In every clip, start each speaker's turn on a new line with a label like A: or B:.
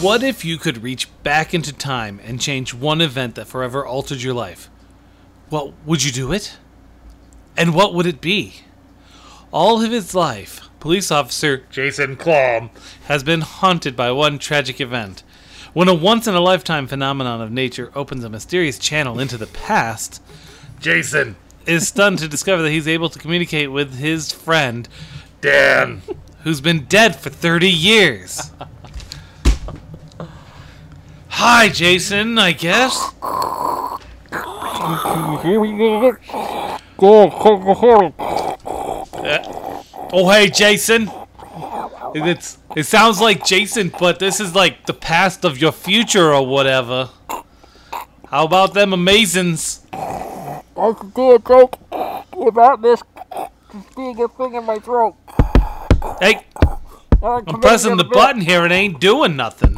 A: What if you could reach back into time and change one event that forever altered your life? Well, would you do it? And what would it be? All of his life, police officer Jason Klom has been haunted by one tragic event. When a once in a lifetime phenomenon of nature opens a mysterious channel into the past, Jason is stunned to discover that he's able to communicate with his friend, Dan, who's been dead for 30 years. Hi, Jason, I guess. Uh, oh, hey, Jason. It's, it sounds like Jason, but this is like the past of your future or whatever. How about them amazins?
B: I could do a joke about this just being a thing in my throat.
A: Hey, I'm pressing the button here and it ain't doing nothing.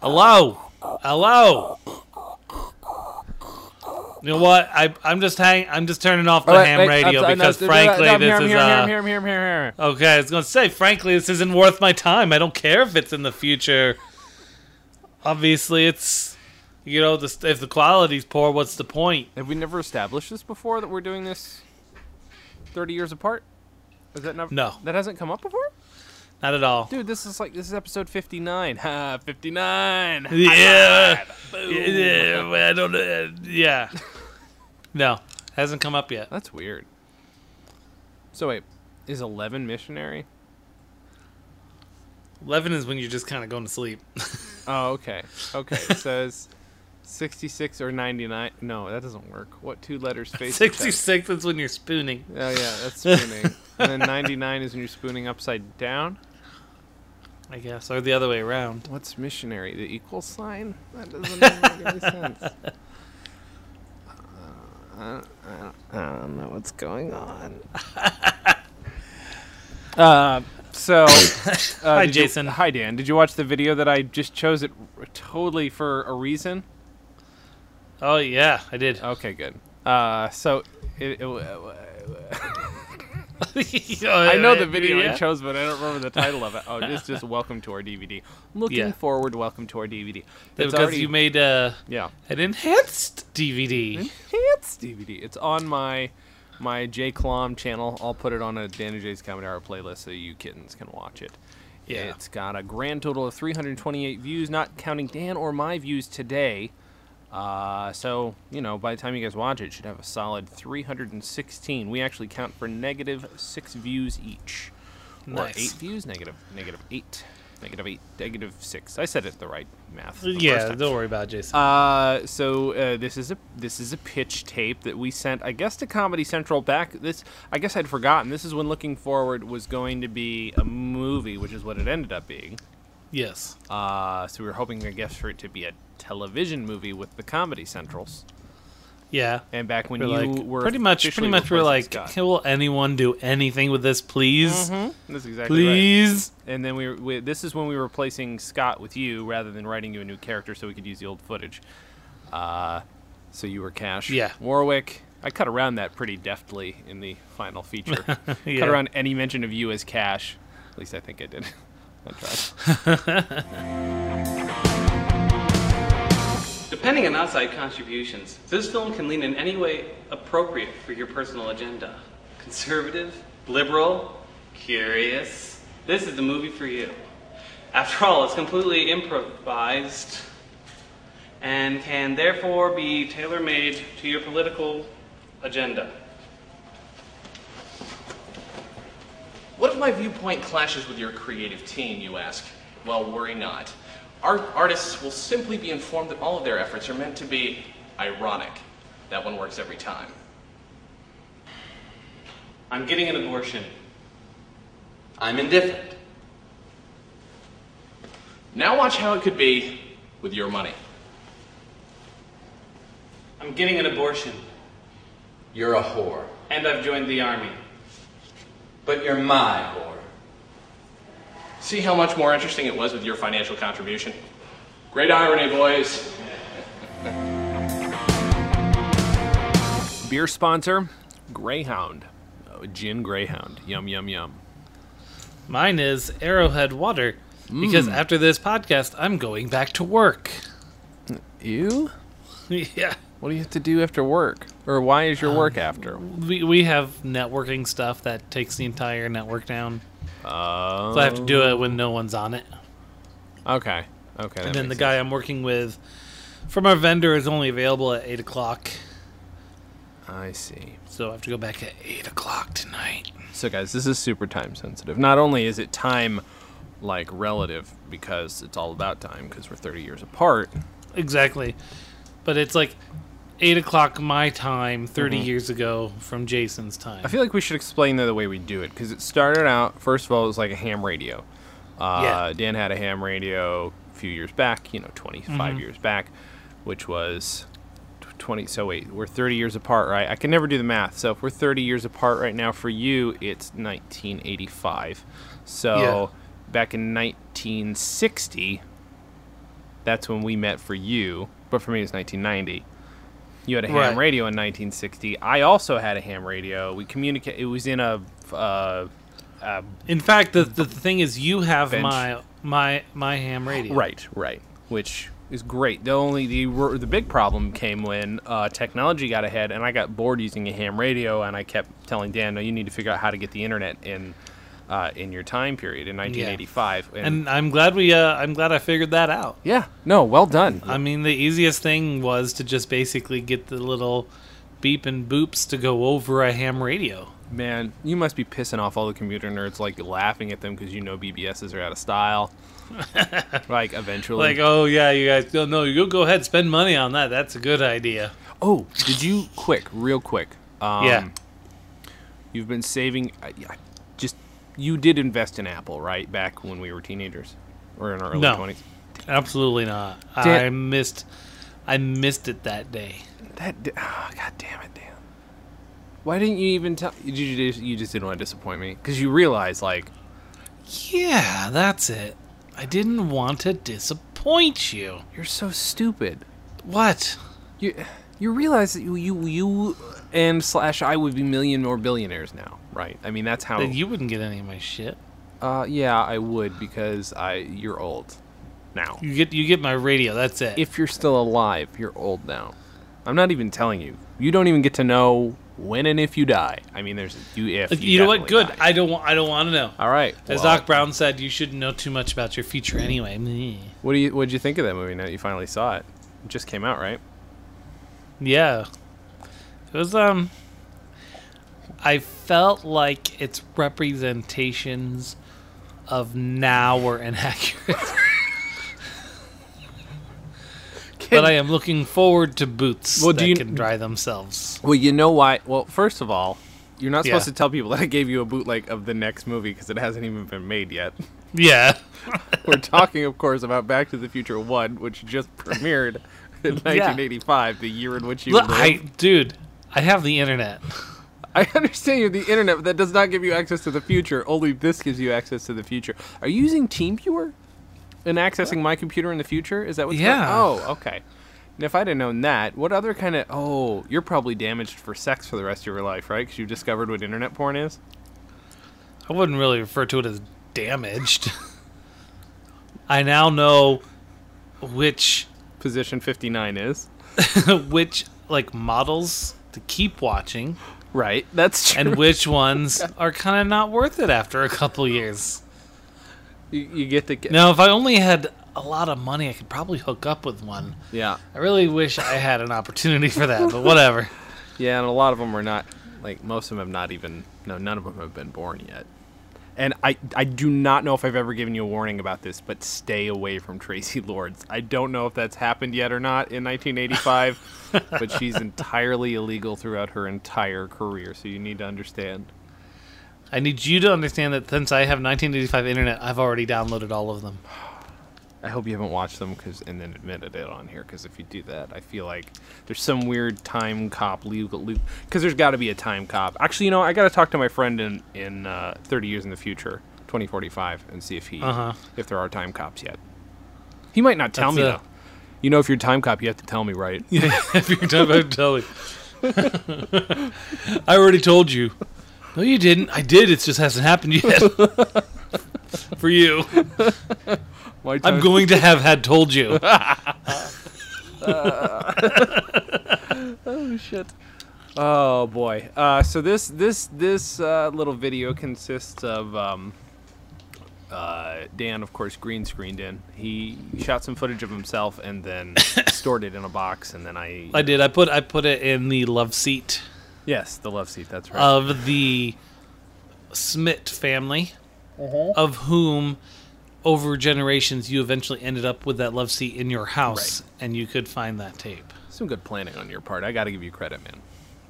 A: Hello? Hello? You know what? I, I'm just hang. I'm just turning off the ham radio because, frankly, this is uh,
C: here, here, here, here.
A: okay. I was gonna say, frankly, this isn't worth my time. I don't care if it's in the future. Obviously, it's you know, the, if the quality's poor, what's the point?
C: Have we never established this before that we're doing this 30 years apart? Is that never?
A: No.
C: That hasn't come up before?
A: Not at all.
C: Dude, this is like this is episode 59. Ha, 59.
A: Yeah. Yeah, well, I don't know. Yeah. No, hasn't come up yet.
C: That's weird. So wait, is 11 missionary?
A: Eleven is when you're just kind of going to sleep.
C: Oh, okay. Okay. so it's 66 or 99. No, that doesn't work. What two letters face each other?
A: Sixty-six is when you're spooning.
C: Oh yeah, that's spooning. and then 99 is when you're spooning upside down.
A: I guess, or the other way around.
C: What's missionary? The equal sign? That doesn't even make any sense. Uh, I, don't, I don't know what's going on. uh, so, uh,
A: Hi,
C: did you-
A: Jason.
C: hi, Dan. Did you watch the video that I just chose it r- totally for a reason?
A: Oh yeah, I did.
C: Okay, good. Uh, so, it, it, w- I
A: I
C: know the video I chose, but I don't remember the title of it. Oh, just just welcome to our DVD. Looking
A: Yeah.
C: forward, welcome to our DVD. It's
A: because
C: already-
A: you made uh,
C: yeah.
A: an enhanced DVD.
C: Enhanced DVD. It's on my my J Clom channel. I'll put it on a Dan and Jay's Comedy Hour playlist so you kittens can watch it.
A: Yeah.
C: It's got a grand total of 328 views, not counting Dan or my views today. Uh, so, you know, by the time you guys watch it, it should have a solid 316. We actually count for negative six views each.
A: Nice.
C: Or eight views, negative, negative eight, negative eight, negative six. I said it the right math. the first
A: yeah,
C: time.
A: don't worry about it, Jason.
C: Uh, so uh, this is a this is a pitch tape that we sent, I guess, to Comedy Central back. This I guess I'd forgotten. This is when Looking Forward was going to be a movie, which is what it ended up being.
A: yes.
C: Uh, so we were hoping, I guess, for it to be a television movie with the Comedy Centrals.
A: Yeah.
C: And back when
A: We're
C: you
A: like,
C: were
A: pretty much, pretty
C: officially
A: much, we're like,
C: replacing Scott.
A: "Can- will anyone do anything with this, please?
C: That's exactly right.
A: Please.
C: and then we, were- we this is when we were replacing Scott with you rather than writing you a new character so we could use the old footage. Uh, so you were Cash.
A: Yeah.
C: Warwick. I cut around that pretty deftly in the final feature.
A: Yeah.
C: Cut around any mention of you as Cash. At least I think I did. I tried.
D: Depending on outside contributions, this film can lean in any way appropriate for your personal agenda. Conservative, liberal, curious. This is the movie for you. After all, it's completely improvised and can therefore be tailor made to your political agenda.
E: What if my viewpoint clashes with your creative team, you ask? Well, worry not. Art- artists will simply be informed that all of their efforts are meant to be ironic. That one works every time.
D: I'm getting an abortion.
E: I'm indifferent. Now watch how it could be with your money.
D: I'm getting an abortion.
F: You're a whore.
D: And I've joined the army.
F: But you're my whore.
E: See how much more interesting it was with your financial contribution? Great irony, boys.
C: Beer sponsor, Greyhound. Oh, gin Greyhound. Yum yum yum.
A: Mine is Arrowhead Water. Because after this podcast, I'm going back to work.
C: You?
A: yeah.
C: What do you have to do after work? Or why is your
A: Um,
C: work after?
A: We, we have networking stuff that takes the entire network down.
C: Uh,
A: So I have to do it when no one's on it.
C: okay. Okay. that
A: and then the
C: makes
A: guy I'm working with from our vendor is only available at 8 o'clock.
C: sense. I see.
A: So I have to go back at 8 o'clock tonight.
C: So, guys, this is super time sensitive. Not only is it time, like, relative, because it's all about time, because we're 30 years apart.
A: Exactly. But it's like 8 o'clock my time 30 years ago from Jason's time.
C: Mm-hmm. I feel like we should explain though the way we do it because it started out first of all it was like a ham radio. Uh,
A: Yeah.
C: Dan had a ham radio a few years back, you know, 25 years back, which was tw- 20. So wait, we're 30 years apart, right? I can never do the math. So if we're 30 years apart right now for you, it's 1985. So back in 1960, that's when we met for you, but for me it's 1990. You had a ham
A: Right.
C: radio in 1960. I also had a ham radio. We communicate. It was in a. Uh,
A: In fact, the, the thing is, you have
C: Bench.
A: my my my ham radio.
C: Right, right. Which is great. The only the r- the big problem came when uh, technology got ahead, and I got bored using a ham radio, and I kept telling Dan, "No, you need to figure out how to get the internet in uh, in your time period in 1985."
A: And I'm glad we uh, I'm glad I figured that out.
C: yeah, no, well done.
A: I mean, the easiest thing was to just basically get the little beep and boops to go over a ham
C: Mm.
A: radio.
C: Man, you must be pissing off all the computer nerds, like laughing at them because you know BBSs are out of style. like eventually,
A: Like, oh yeah, you guys, no, no, you go ahead, spend money on that. That's a good idea.
C: Oh, did you quick, real quick? Um,
A: Yeah.
C: You've been saving. I, I just you did invest in Apple, right? Back when we were teenagers, or in our early
A: No.
C: twenties.
A: Absolutely not.
C: Dan-
A: I missed, I missed it that day.
C: That. Di- oh, God damn it, Dan. Why didn't you even tell? You ju- you just, you just didn't want to disappoint me because you realize like
A: Yeah, that's it. I didn't want to disappoint you.
C: you're so stupid.
A: What?
C: You you realize that you you, you and slash I would be million or billionaires now, right? I mean that's how.
A: Then You wouldn't get any of my shit.
C: uh, yeah, I would because I you're old now.
A: You get you get my radio. That's it.
C: if you're still alive, you're old now. I'm not even telling you. You don't even get to know when and if you die. I mean, there's you if.
A: you, know what? Good.
C: definitely die.
A: I don't want. I don't want to know.
C: All right.
A: As
C: well,
A: Doc Brown said, you shouldn't know too much about your future anyway. Meh.
C: what do you what would you think of that movie? Now that you finally saw it. It just came out, right?
A: Yeah. It was um I felt like its representations of now were inaccurate. but I am looking forward to boots
C: Well, do
A: that
C: you-
A: can dry themselves.
C: Well, you know why? Well, first of all, you're not supposed
A: Yeah.
C: to tell people that I gave you a bootleg of the next movie because it hasn't even been made yet.
A: Yeah.
C: We're talking, of course, about Back to the Future One, which just premiered in 1985, the year in which you.
A: Look,
C: lived.
A: I dude, I have the internet.
C: I understand you have the internet, but that does not give you access to the future. Only this gives you access to the future. Are you using TeamViewer and accessing my computer in the future? Is that what's
A: Yeah.
C: going Oh, okay. And if I'd have known that, what other kind of. Oh, you're probably damaged for sex for the rest of your life, right? Because you've discovered what internet porn is?
A: I wouldn't really refer to it as damaged. I now know which
C: Position 59 is.
A: which like models to keep watching
C: Right. That's true.
A: and which ones are kind of not worth it after a couple years.
C: you, you get to. Get,
A: Now, if I only had a lot of money, I could probably hook up with one.
C: Yeah.
A: I really wish I had an opportunity for that, but whatever.
C: Yeah, and a lot of them are not like most of them have not even no none of them have been born yet. And I I do not know if I've ever given you a warning about this, but stay away from Tracy Lords. I don't know if that's happened yet or not in 1985, but she's entirely illegal throughout her entire career, so you need to understand.
A: I need you to understand that since I have 1985 internet, I've already downloaded all of them.
C: I hope you haven't watched them cause, and then admitted it on here, because if you do that, I feel like there's some weird time cop legal loop. Because there's got to be a time cop. Actually, you know, I got to talk to my friend in in uh, 30 years in the future, 2045, and see if he
A: Uh-huh.
C: if there are time cops yet. He might not tell
A: That's
C: me
A: a-
C: though. You know, if you're a time cop, you have to tell me, right?
A: if you're done, I'm telling. I already told you. No, you didn't. I did. It just hasn't happened yet. for you.
C: Why
A: I'm
C: Tony-
A: going to have had told you.
C: shit. Oh boy. Uh, so this this this uh, little video consists of um, uh, Dan, of course, green screened in. He shot some footage of himself and then stored it in a box, and then I,
A: I did. I put I put it in the love seat
C: yes, the love seat. That's right.
A: of the Smit family, of whom over generations you eventually ended up with that love seat in your house, and you could find that tape.
C: some good planning on your part. I got to give you credit, man.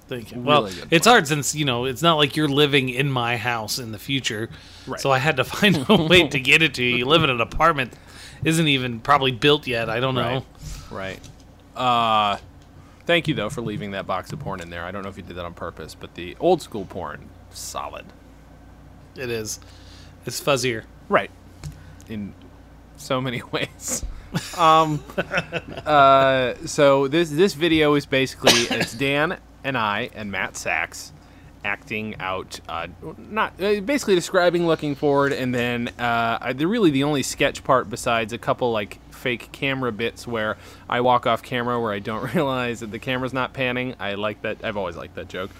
A: Thank you. Well,
C: Really good
A: it's hard since you know it's not like you're living in my house in the future,
C: Right.
A: so I had to find a way to get it to you. You live in an apartment, that isn't even probably built yet. I don't know.
C: Right. Right. Uh, thank you though for leaving that box of porn in there. I don't know if you did that on purpose, but the old school porn, solid.
A: It is. It's fuzzier.
C: Right. In so many ways. Um, uh, so this this video is basically it's Dan and I and Matt Sachs acting out, uh, not uh, basically describing looking forward, and then uh, I- the really the only sketch part besides a couple like fake camera bits where I walk off camera where I don't realize that the camera's not panning. I like that. I've always liked that joke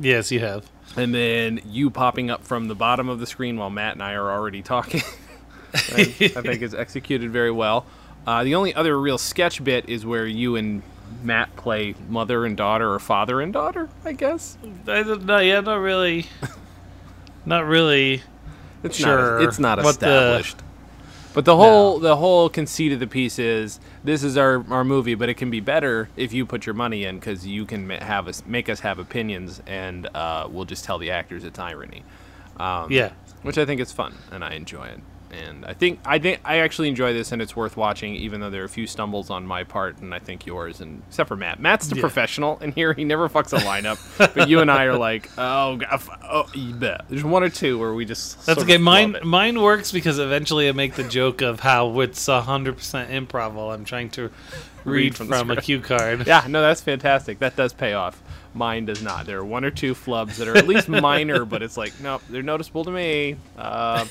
A: Yes, you have.
C: and then you popping up from the bottom of the screen while Matt and I are already talking. I, I think it's executed very well. Uh, the only other real sketch bit is where you and Matt play mother and daughter or father and daughter, I guess.
A: I don't know. Yeah, not really. Not really.
C: It's
A: Sure.
C: not it's not
A: What the-
C: established. but the whole the whole conceit of the piece is this is our, our movie, but it can be better if you put your money in because you can ma- have us make us have opinions, and uh, we'll just tell the actors it's irony. Um,
A: Yeah.
C: which I think is fun and I enjoy it. And I think I think I actually enjoy this and it's worth watching, even though there are a few stumbles on my part and I think yours and except for Matt. Matt's the professional, and here he never fucks a lineup. but you and I are like, oh, God, f- oh, you bet." there's one or two where we just
A: That's
C: sort of
A: okay. Mine
C: flub it.
A: mine works because eventually I make the joke of how it's hundred percent improv while I'm trying to read,
C: from
A: from,
C: the
A: a cue card.
C: Yeah, no, that's fantastic. That does pay off. Mine does not. There are one or two flubs that are at least minor, but it's like, nope, they're noticeable to me. Uh,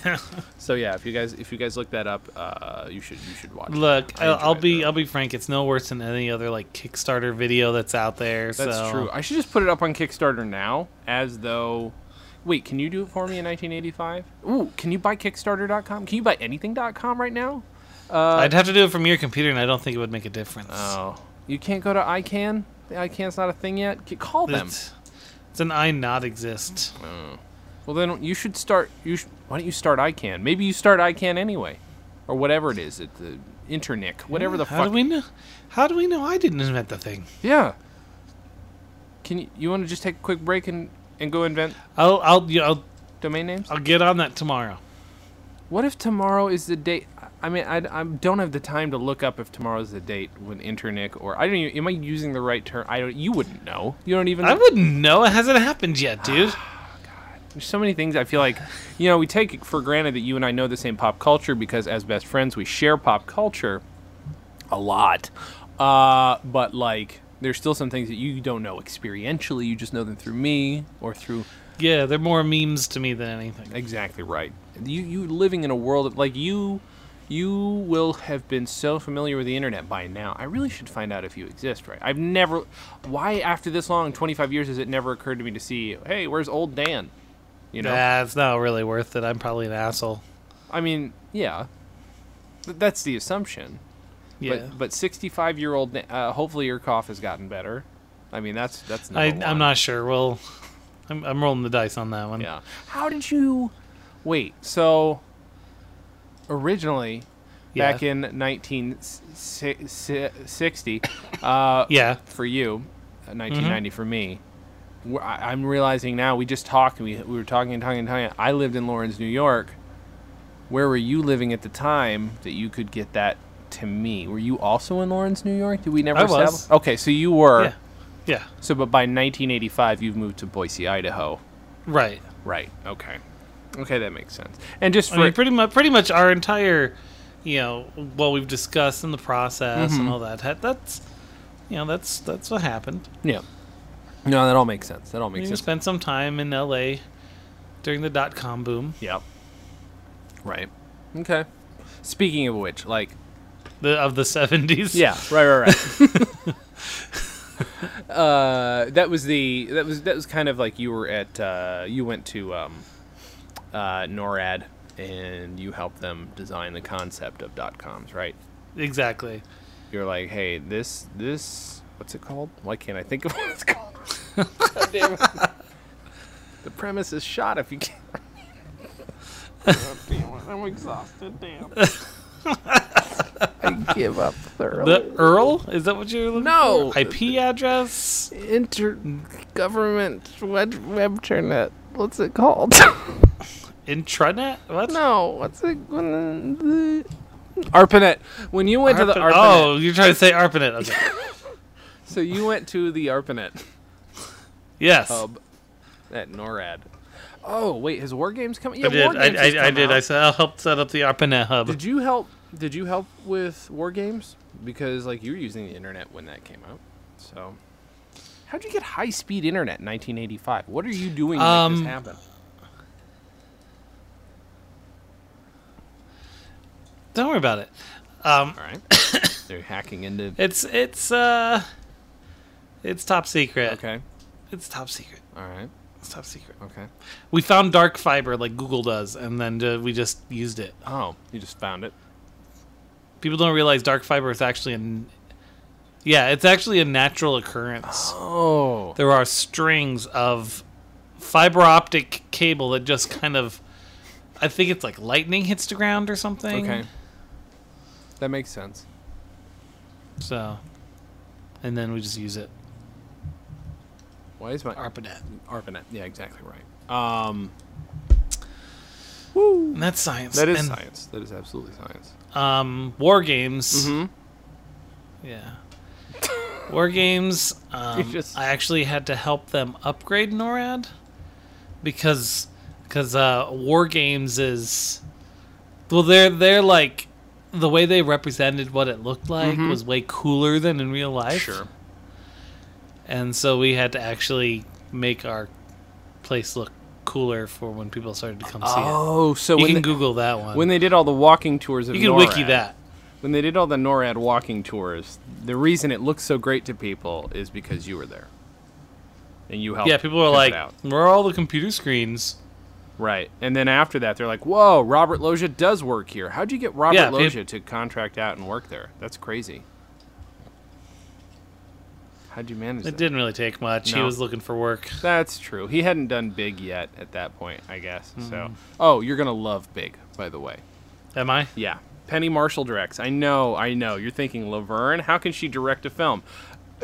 C: so yeah, if you guys if you guys look that up, uh, you should you should watch. it.
A: Look,
C: I
A: I'll, I'll
C: enjoy it
A: be
C: thoroughly.
A: I'll be frank. It's no worse than any other like Kickstarter video that's out there.
C: That's
A: so-
C: true. I should just put it up on Kickstarter now, as though. Wait, can you do it for me in 1985? Ooh, can you buy Kickstarter.com? Can you buy anything.com right now?
A: I'd have to do it from your computer, and I don't think it would make a difference.
C: Uh, Oh, you can't go to ICANN. The ICANN's not a thing yet. C- Call them.
A: it's, it's an I not exist.
C: Well, then you should start. You sh- why don't you start ICANN? Maybe you start ICANN anyway, or whatever it is. It the Internic, whatever the
A: How
C: fuck.
A: do we know? How do we know I didn't invent the thing?
C: yeah. Can you, you want to just take a quick break and, and go invent
A: I'll I'll, you know, I'll
C: domain names?
A: I'll get on that tomorrow.
C: What if tomorrow is the date? I mean, I, I don't have the time to look up if tomorrow is the date when Internic or I don't. Even, am I using the right term? I don't. You wouldn't know. You don't even.
A: I
C: Know.
A: wouldn't know. It hasn't happened yet, dude.
C: There's so many things I feel like, you know, we take it for granted that you and I know the same pop culture because as best friends we share pop culture a lot. Uh, but like, there's still some things that you don't know experientially. You just know them through me or through
A: Yeah, they're more memes to me than anything.
C: Exactly right. You you living in a world of, like you you will have been so familiar with the internet by now. I really should find out if you exist, right? I've never why after this long, 25 years has it never occurred to me to see, hey, where's old Dan? You know.
A: Nah, it's not really worth it. I'm probably an asshole.
C: I mean, yeah. Th- that's the assumption.
A: Yeah.
C: But but 65-year-old Na- uh, hopefully your cough has gotten better. I mean, that's that's
A: I,
C: number
A: I'm
C: one.
A: not sure. Well, I'm, I'm rolling the dice on that one.
C: Yeah. How did you wait? So originally,
A: Yeah.
C: back in 1960, uh,
A: Yeah.
C: for you,
A: Mm-hmm.
C: uh, 1990 for me. wh- I- I'm realizing now we just talked. We, we were talking and talking and talking. I lived in Lawrence, New York. Where were you living at the time that you could get that to me? Were you also in Lawrence, New York? Did we never
A: I was.
C: establish- Okay, so you were.
A: Yeah. Yeah.
C: So, but by 1985, you've moved to Boise, Idaho.
A: Right.
C: Right. Okay. Okay, that makes sense. And just
A: I
C: for
A: mean, pretty much, pretty much our entire, you know, what we've discussed in the process
C: Mm-hmm.
A: and all that. ha- That's, you know, that's that's what happened.
C: yeah, no, that all makes sense. That all
A: We
C: makes sense.
A: spent some time in L.A. during the dot com boom.
C: Yep. Right. Okay. Speaking of which, like,
A: The, of the 70s?
C: yeah, right, right, right. uh, that was the that was that was kind of like you were at uh, you went to um, uh, NORAD and you helped them design the concept of dot coms, right?
A: Exactly.
C: You're like, hey, this this what's it called? Why can't I think of what it's called? God damn it. The premise is shot if you can't.
B: I'm exhausted, damn.
C: I give up thoroughly.
A: The Earl? Is that what you're looking
C: No.
A: for? IP address?
C: intergovernment web webternet. What's it called?
A: Intranet? What?
C: no, what's it? The ARPANET. When you went to the
A: Arpanet-
C: ARPANET,
A: Oh, you're trying to say ARPANET. Okay.
C: so you went to the ARPANET
A: yes.
C: hub at NORAD. Oh wait, his war games
A: I
C: coming? Yeah,
A: did.
C: war games
A: I,
C: has
A: I, I
C: come
A: did. I
C: out.
A: said I'll help set up the ARPANET hub.
C: Did you help? Did you help with war games? Because like you were using the internet when that came out. So, how'd you get high speed internet in 1985? What are you doing to make
A: Um,
C: this happen?
A: Don't worry about it. Um,
C: All right, they're hacking into.
A: it's it's uh, it's top secret.
C: Okay.
A: It's top secret.
C: All right.
A: It's top secret.
C: Okay.
A: We found dark fiber like Google does, and then uh, we just used it.
C: Oh, you just found it.
A: People don't realize dark fiber is actually an yeah, it's actually a natural occurrence.
C: Oh.
A: There are strings of fiber optic cable that just kind of, I think it's like lightning hits the ground or something.
C: Okay. That makes sense.
A: So, and then we just use it.
C: Why is my
A: ARPANET.
C: ARPANET? Yeah, exactly right. Um,
A: And that's science.
C: that is
A: and,
C: science. That is absolutely science.
A: Um, war games.
C: Mm-hmm.
A: Yeah. War games. Um,
C: just-
A: I actually had to help them upgrade NORAD because because uh, war games is well they're they're like the way they represented what it looked like was way cooler than in real life.
C: Mm-hmm. Sure.
A: And so we had to actually make our place look cooler for when people started to come see
C: Oh, so
A: it. You
C: when
A: can
C: they,
A: Google that one.
C: when they did all the walking tours of
A: you can
C: NORAD,
A: wiki that.
C: When they did all the NORAD walking tours, the reason it looked so great to people is because you were there, and you helped.
A: Yeah, people were
C: pick
A: like,
C: it out.
A: "Where are all the computer screens?"
C: Right. And then after that, they're like, whoa, Robert Loja does work here. How'd you get Robert
A: Yeah,
C: Loja
A: peop-
C: to contract out and work there? That's crazy. How'd you manage
A: It
C: that?
A: didn't really take much. He
C: No.
A: was looking for work.
C: That's true. He hadn't done Big yet at that point, I guess.
A: Mm-hmm.
C: So, oh, you're gonna love Big, by the way.
A: Am I?
C: Yeah, Penny Marshall directs. I know, I know. You're thinking Laverne. How can she direct a film?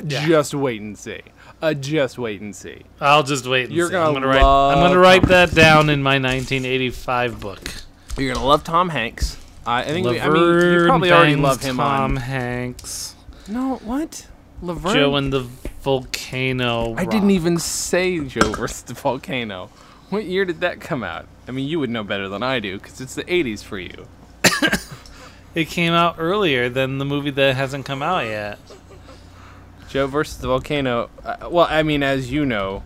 A: Yeah.
C: Just wait and see. Uh, just wait and see.
A: I'll just wait. And
C: You're
A: see.
C: gonna
A: I'm gonna write. I'm gonna
C: love
A: write that down in my 1985 book.
C: You're gonna love Tom Hanks. I I think. we- I
A: Laverne
C: mean, you probably already
A: Bangs,
C: love him
A: Tom
C: on.
A: Hanks,
C: No, what? Laverne.
A: Joe and the Volcano.
C: I didn't even say Joe versus the volcano. What year did that come out? I mean, you would know better than I do because it's the 80s for you.
A: It came out earlier than the movie that hasn't come out yet.
C: Joe versus the volcano. Uh, well, I mean, as you know,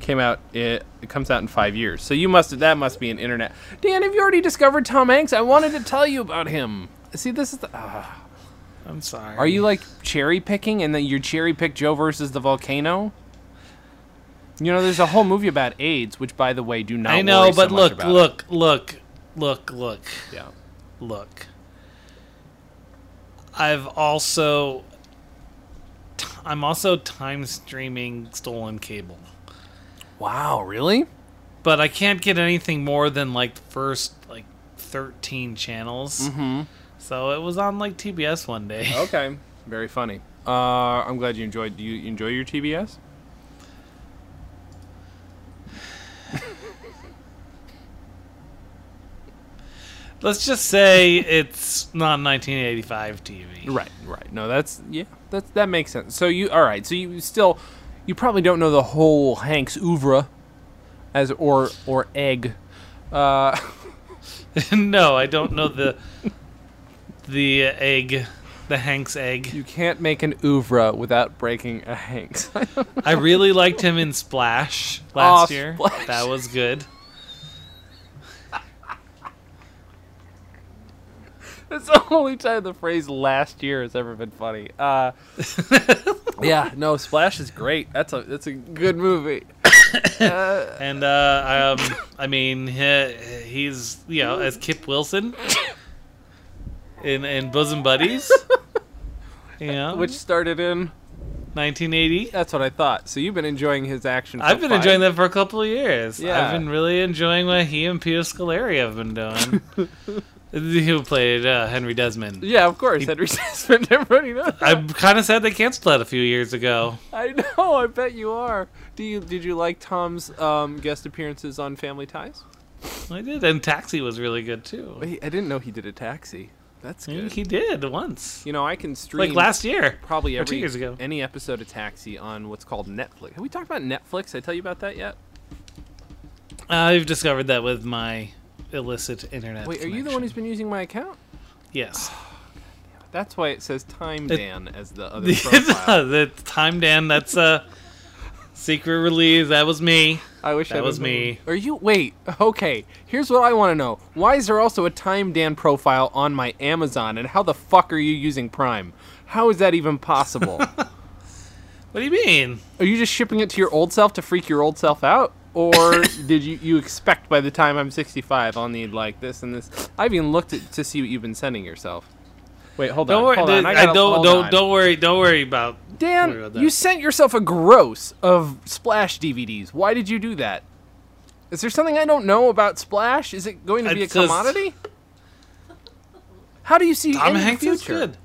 C: came out it, it comes out in five years. So you must that must be an internet. Dan, have you already discovered Tom Hanks? I wanted to tell you about him. See, this is the. ah.
A: I'm sorry.
C: are you like cherry picking and then you cherry pick Joe versus the volcano? You know, there's a whole movie about AIDS, which, by the way, do not.
A: I know,
C: worry so
A: but
C: much
A: look,
C: about it.
A: look, look, look, look,
C: Yeah.
A: look. I've also. I'm also time streaming stolen cable.
C: Wow, really?
A: but I can't get anything more than like the first like 13 channels. Mm-hmm. So it was on like TBS one day.
C: Okay, very funny. Uh, I'm glad you enjoyed. Do you enjoy your TBS?
A: Let's just say it's not 1985 TV.
C: Right, right. No, that's yeah, that's that makes sense. So you all right? So you still, you probably don't know the whole Hank's oeuvre, as or or egg. Uh,
A: no, I don't know the the egg, the Hanks egg.
C: you can't make an oeuvre without breaking a Hank's.
A: I really liked him in Splash last
C: Aw,
A: year.
C: Splash.
A: That was good.
C: That's the only time the phrase "last year" has ever been funny. Uh, yeah, no, Splash is great. That's a that's a good movie.
A: And uh, um, I mean, he, he's you know as Kip Wilson in in Bosom Buddies. You know,
C: Which started in
A: 1980.
C: that's what I thought. So you've been enjoying his action.
A: I've been enjoying that for a couple of years.
C: Yeah.
A: I've been really enjoying what he and Pio Scolari have been doing. Who played uh, Henry Desmond?
C: Yeah, of course. Henry Sisman, everybody knows.
A: I'm kind of sad they canceled that a few years ago.
C: I know. I bet you are. Do you did you like Tom's um, guest appearances on Family Ties?
A: I did, and Taxi was really good too.
C: Wait, I didn't know he did a taxi. That's
A: I
C: good.
A: think He did once,
C: you know, I can stream
A: like last year.
C: probably
A: or
C: every
A: two years ago.
C: any episode of Taxi on what's called Netflix. Have we talked about Netflix? I tell you about that yet?
A: I've discovered that with my illicit internet.
C: Wait, are you the one who's
A: connection.
C: been using my account?
A: Yes.
C: That's why it says Time
A: It-
C: Dan as the other profile.
A: the time Dan, that's uh secret release. That was me.
C: I wish
A: that
C: I had
A: was
C: known.
A: me.
C: Are you? Wait. Okay. Here's what I want to know. Why is there also a Time Dan profile on my Amazon? And how the fuck are you using Prime? How is that even possible?
A: What do you mean?
C: Are you just shipping it to your old self to freak your old self out? Or did you, you expect by the time I'm 65 I'll need like this and this? I have even looked at, to see what you've been sending yourself. Wait, hold
A: Don't
C: on.
A: worry.
C: hold on.
A: I,
C: gotta-
A: don't
C: hold
A: don't
C: on.
A: don't worry. Don't worry about
C: Dan,
A: worry about that.
C: you sent yourself a gross of Splash DVDs. Why did you do that? Is there something I don't know about Splash? Is it going to be
A: It's
C: a
A: just-
C: commodity? How do you see
A: Tom
C: any
A: Hanks is
C: future?
A: good.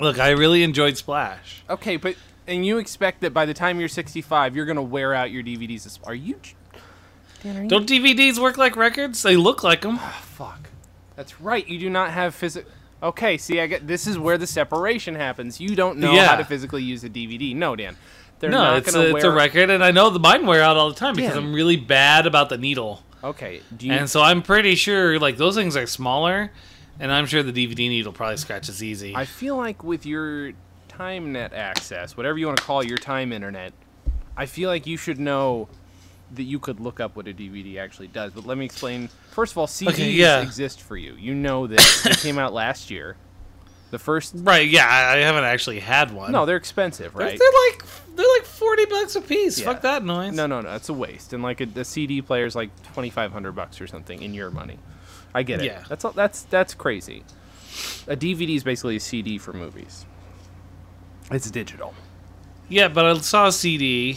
A: Look, I really enjoyed Splash.
C: Okay, but and you expect that by the time you're 65, you're gonna wear out your DVDs. Are you? j-
A: Don't DVDs work like records? They look like them.
C: Fuck. That's right. You do not have physic. Okay, see, I get this is where the separation happens. You don't know how
A: Yeah.
C: to physically use a DVD. No, Dan. They're
A: No,
C: not
A: it's
C: gonna
A: a, it's a
C: wear-
A: record, and I know the mine wear out all the time because
C: Dan.
A: I'm really bad about the needle,
C: Okay. Do you
A: and so I'm pretty sure like those things are smaller, and I'm sure the DVD needle probably scratches easy.
C: I feel like with your time net access, whatever you want to call your time internet, I feel like you should know that you could look up what a DVD actually does. But let me explain. First of all, CDs
A: Okay, yeah.
C: exist for you. You know that they came out last year. The first
A: right? Yeah, I, I haven't actually had one.
C: No, they're expensive, right?
A: They're like they're like forty bucks a piece.
C: Yeah.
A: Fuck that noise.
C: No, no, no. It's a waste. And like a, a CD player is like twenty five hundred bucks or something in your money. I get it.
A: Yeah.
C: That's all, that's that's crazy. A DVD is basically a CD for movies. It's digital.
A: Yeah, but I saw a CD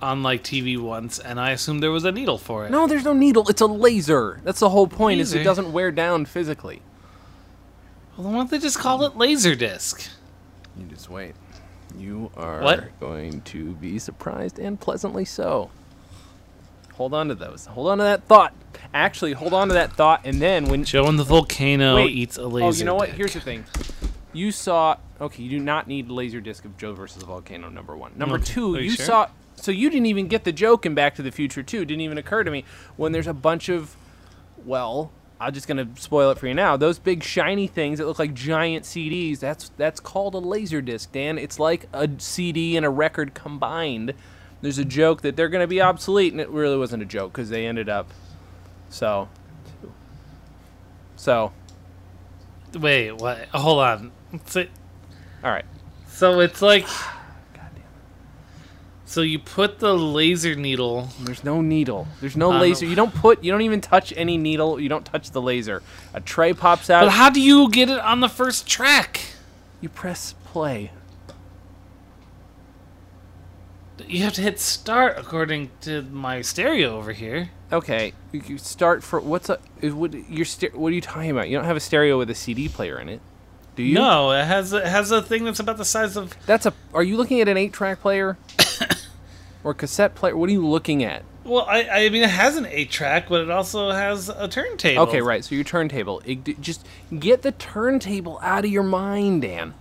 A: on like TV once, and I assumed there was a needle for it.
C: No, there's no needle. It's a laser. That's the whole point. Is it
A: Laser.
C: doesn't wear down physically.
A: Well, why don't they just call it Laserdisc?
C: You just wait. You are
A: What?
C: going to be surprised and pleasantly so. Hold on to those. Hold on to that thought. Actually, hold on to that thought, and then when
A: Joe and the volcano
C: Wait.
A: eats a laser.
C: oh, you know what?
A: disc.
C: Here's the thing. You saw. Okay, you do not need laser disc of Joe versus the volcano. Number one. Number
A: Okay.
C: two,
A: Are
C: you,
A: you sure?
C: saw. So you didn't even get the joke in Back to the Future Two. Didn't even occur to me when there's a bunch of. Well, I'm just gonna spoil it for you now. Those big shiny things that look like giant CDs. That's that's called a laser disc, Dan. It's like a CD and a record combined. There's a joke that they're gonna be obsolete, and it really wasn't a joke because they ended up. So. So.
A: Wait, what? Hold on. So,
C: All right.
A: so it's like. So you put the laser needle.
C: There's no needle. There's no
A: Um,
C: laser. You don't put. You don't even touch any needle. You don't touch the laser. A tray pops out.
A: But how do you get it on the first track?
C: you press play.
A: You have to hit start according to my stereo over here.
C: Okay. You can start for what's a. Is, what your ster- What are you talking about? You don't have a stereo with a CD player in it, do you?
A: No, it has it has a thing that's about the size of
C: That's a. Are you looking at an eight-track player? or cassette player? What are you looking at?
A: Well, I, I mean, it has an eight track, but it also has a turntable.
C: Okay, right. So your turntable. Ig- just get the turntable out of your mind, Dan.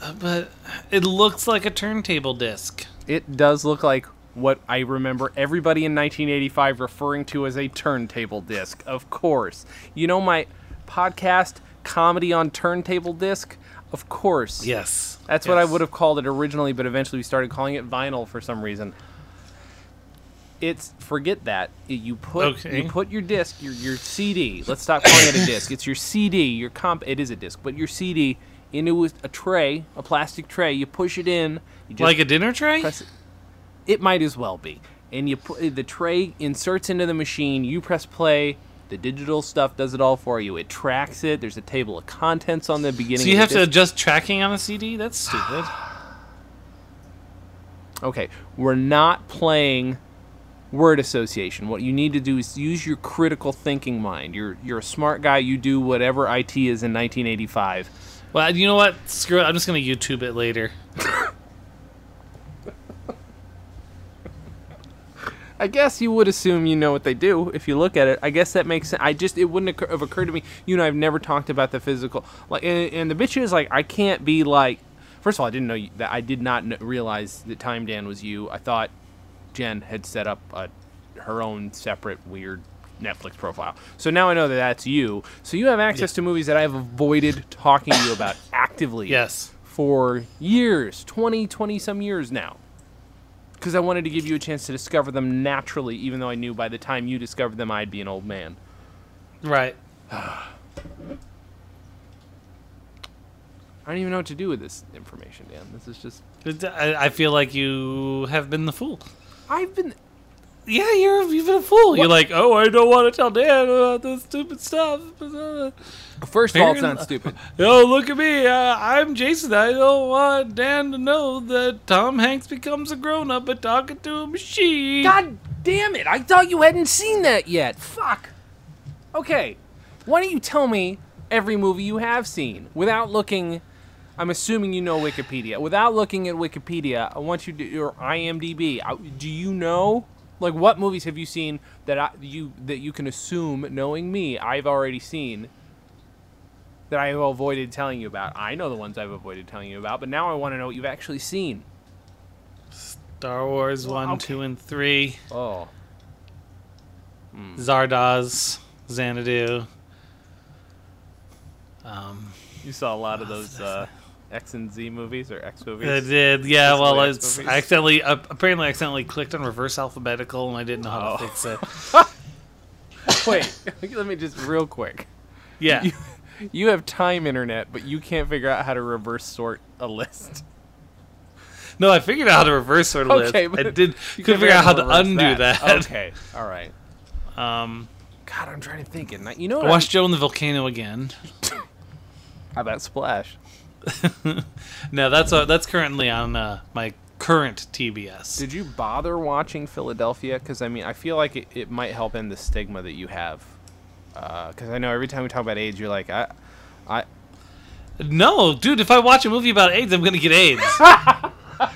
A: Uh, But it looks like a turntable disc.
C: It does look like what I remember everybody in 1985 referring to as a turntable disc, of course. You know my podcast, Comedy on Turntable Disc? Of course.
A: Yes.
C: That's what I would have called it originally, but eventually we started calling it vinyl for some reason. it's forget that you put
A: Okay.
C: you put your disc your your CD. Let's stop calling it a disc. It's your CD. Your comp. It is a disc, but your CD into a, a tray, a plastic tray. You push it in. You just
A: like a dinner tray?
C: press it. It might as well be. And you pu- the tray inserts into the machine. You press play. The digital stuff does it all for you. It tracks it. There's a table of contents on the beginning.
A: So you
C: of
A: have
C: the
A: to
C: disc.
A: adjust tracking on a CD? That's stupid.
C: Okay, we're not playing word association. What you need to do is use your critical thinking mind. You're you're a smart guy. You do whatever IT is in 1985.
A: Well, you know what? Screw it. I'm just gonna YouTube it later.
C: I guess you would assume you know what they do if you look at it. I guess that makes sense. I just it wouldn't occur, have occurred to me. You know, I've never talked about the physical. Like, and, and the bitch is like, I can't be like. First of all, I didn't know you, that. I did not kn- realize that Time Dan was you. I thought Jen had set up a, her own separate weird Netflix profile. So now I know that that's you. So you have access to movies that I have avoided talking to you about actively
A: Yes.
C: for years 20 20 some years now because i wanted to give you a chance to discover them naturally even though i knew by the time you discovered them i'd be an old man
A: Right.
C: i don't even know what to do with this information dan this is just
A: I, I feel like you have been the fool.
C: i've been
A: Yeah, you're you've been a fool. You're like, oh, I don't want to tell Dan about this stupid stuff. Oh,
C: first of all it's
A: Fair
C: not stupid
A: look at me. Uh, I'm Jason. I don't want Dan to know that Tom Hanks becomes a grown up by talking to a machine.
C: god damn it i thought you hadn't seen that yet fuck okay why don't you tell me every movie you have seen without looking i'm assuming you know wikipedia without looking at wikipedia i want you to or imdb I- do you know like what movies have you seen that I, you that you can assume knowing me i've already seen that i have avoided telling you about i know the ones i've avoided telling you about but now i want to know what you've actually seen
A: Star Wars one,
C: okay.
A: two, and three.
C: oh
A: Zardoz, Xanadu. Um,
C: You saw a lot
A: Oh,
C: of those uh, X and Z movies or X movies.
A: I did, yeah.
C: These
A: Well,
C: Lego
A: it's,
C: movies.
A: I accidentally, uh, apparently, I accidentally clicked on reverse alphabetical, and I didn't know how to
C: Oh.
A: fix it.
C: Wait, let me just real quick.
A: Yeah,
C: You have time internet, but you can't figure out how to reverse sort a list.
A: no, I figured out how to reverse sort of
C: Okay,
A: list. I
C: but
A: did
C: You
A: couldn't
C: can
A: figure out how to
C: reverse
A: undo that.
C: Okay, all right.
A: Um,
C: God, I'm trying to think. And I- you know
A: I
C: what?
A: watched Joe in the Volcano again.
C: I, about Splash.
A: No, that's uh, that's currently on uh, my current TBS.
C: Did you bother watching Philadelphia? Because I mean, I feel like it, it might help end the stigma that you have. Because I know every time we talk about AIDS, you're like, I, I,
A: No, dude, if I watch a movie about AIDS, I'm gonna get AIDS. I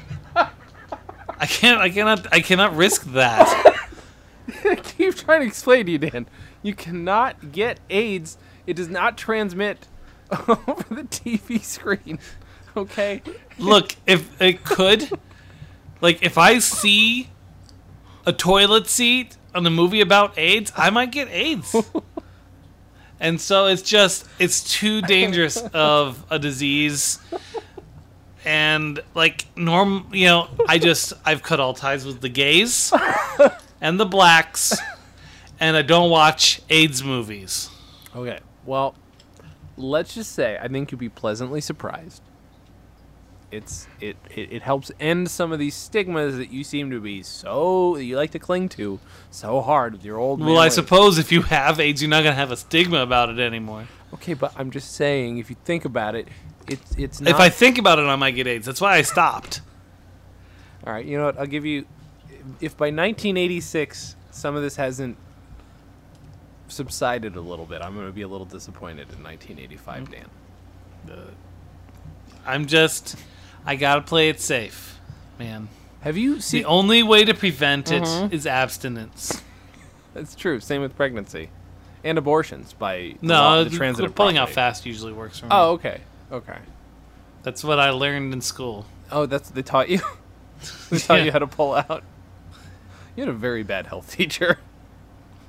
A: can't. I cannot. I cannot risk that.
C: I keep trying to explain to you, Dan. You cannot get AIDS. It does not transmit over the TV screen. Okay?
A: Look, if it could, like, if I see a toilet seat on a movie about AIDS, I might get AIDS. And so it's just it's too dangerous of a disease. And like norm, you know, I just I've cut all ties with the gays and the blacks, and I don't watch AIDS movies.
C: Okay. Well, let's just say I think you'll be pleasantly surprised. It's it, it it helps end some of these stigmas that you seem to be so that you like to cling to so hard with your old.
A: Well,
C: man
A: I
C: ways.
A: suppose if you have AIDS, you're not gonna have a stigma about it anymore.
C: Okay, but I'm just saying, if you think about it, it's it's not.
A: If I think about it, I might get AIDS. That's why I stopped.
C: All right, you know what? I'll give you. If by 1986 some of this hasn't subsided a little bit, I'm going to be a little disappointed in 1985, Dan.
A: I'm just, I gotta play it safe, man.
C: Have you seen?
A: The only way to prevent it is
C: Mm-hmm.
A: abstinence.
C: That's true. Same with pregnancy and abortions by the law-
A: No,
C: the
A: the
C: transitive
A: pulling out
C: property.
A: fast usually works for me.
C: Oh, okay, okay.
A: That's what I learned in school.
C: Oh, that's what they taught you. they taught you
A: Yeah.
C: how to pull out. You had a very bad health teacher.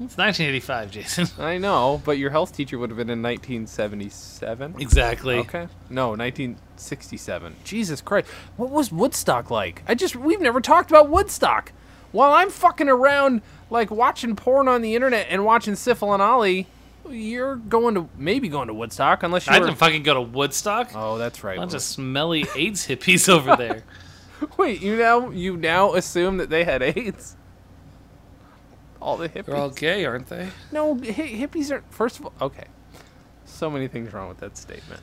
A: It's 1985, Jason.
C: I know, but your health teacher would have been in 1977.
A: exactly.
C: Okay. No, 1967. Jesus Christ. What was Woodstock like? I just we've never talked about Woodstock. While I'm fucking around, like watching porn on the internet and watching Syphil and Ollie, you're going to maybe going to Woodstock unless
A: I
C: you're.
A: didn't fucking go to Woodstock.
C: oh, that's right.
A: Bunch
C: Will.
A: of smelly AIDS hippies over there.
C: Wait, you now you now assume that they had AIDS. All the hippies.
A: They're all gay, aren't they?
C: No, hi- hippies aren't. First of all, okay. So many things wrong with that statement.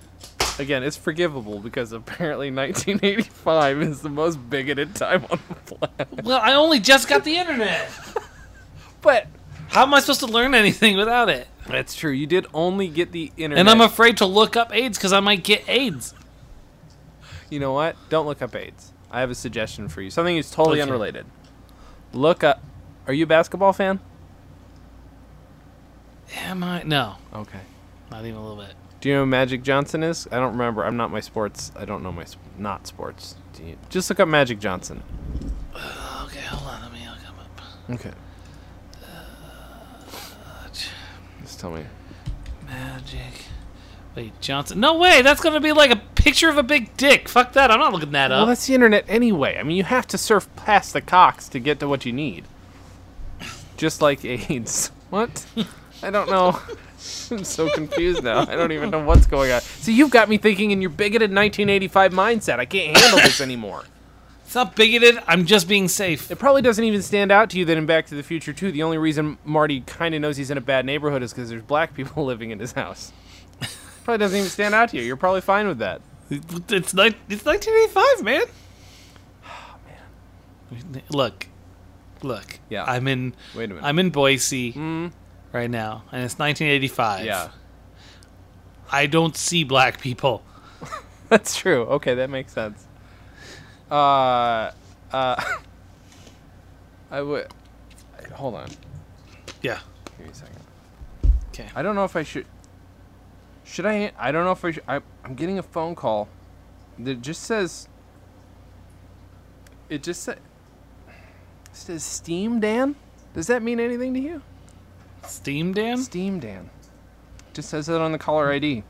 C: Again, it's forgivable because apparently 1985 is the most bigoted time on the planet.
A: Well, I only just got the internet.
C: But
A: How am I supposed to learn anything without it?
C: that's true. You did only get the internet.
A: And I'm afraid to look up AIDS because I might get AIDS.
C: You know what? Don't look up AIDS. I have a suggestion for you. Something that's totally
A: Okay.
C: unrelated. Look up. Are you a basketball fan?
A: Am I? No,
C: Okay.
A: not even a little bit.
C: Do you know who Magic Johnson is? I don't remember. I'm not my sports. I don't know my sp- not sports. Do you- Just look up Magic Johnson.
A: Okay, hold on. Let me look him up.
C: Okay. Just tell me.
A: Magic. Wait, Johnson. No way. That's gonna be like a picture of a big dick. Fuck that. I'm not looking that
C: Well,
A: up.
C: that's the internet anyway. I mean, you have to surf past the cocks to get to what you need. Just like AIDS. What? I don't know. I'm so confused now. I don't even know what's going on. See, you've got me thinking in your bigoted 1985 mindset. I can't handle this anymore.
A: it's not bigoted. I'm just being safe.
C: It probably doesn't even stand out to you that in Back to the Future 2, the only reason Marty kind of knows he's in a bad neighborhood is because there's black people living in his house. Probably doesn't even stand out to you. You're probably fine with that.
A: It's ni- it's 1985, man. man. Look, look.
C: Yeah.
A: I'm in.
C: Wait a minute.
A: I'm in Boise right now, and it's 1985.
C: yeah,
A: I don't see black people.
C: that's true. Okay, that makes sense. Uh, uh, I would. Hold on.
A: Yeah.
C: Give me a second.
A: 'Kay.
C: I don't know if I should. Should I? I don't know if I should. I, I'm getting a phone call that just says. It just sa- says Steam Dan. Does that mean anything to you?
A: Steam Dan?
C: Steam Dan. Just says that on the caller ID.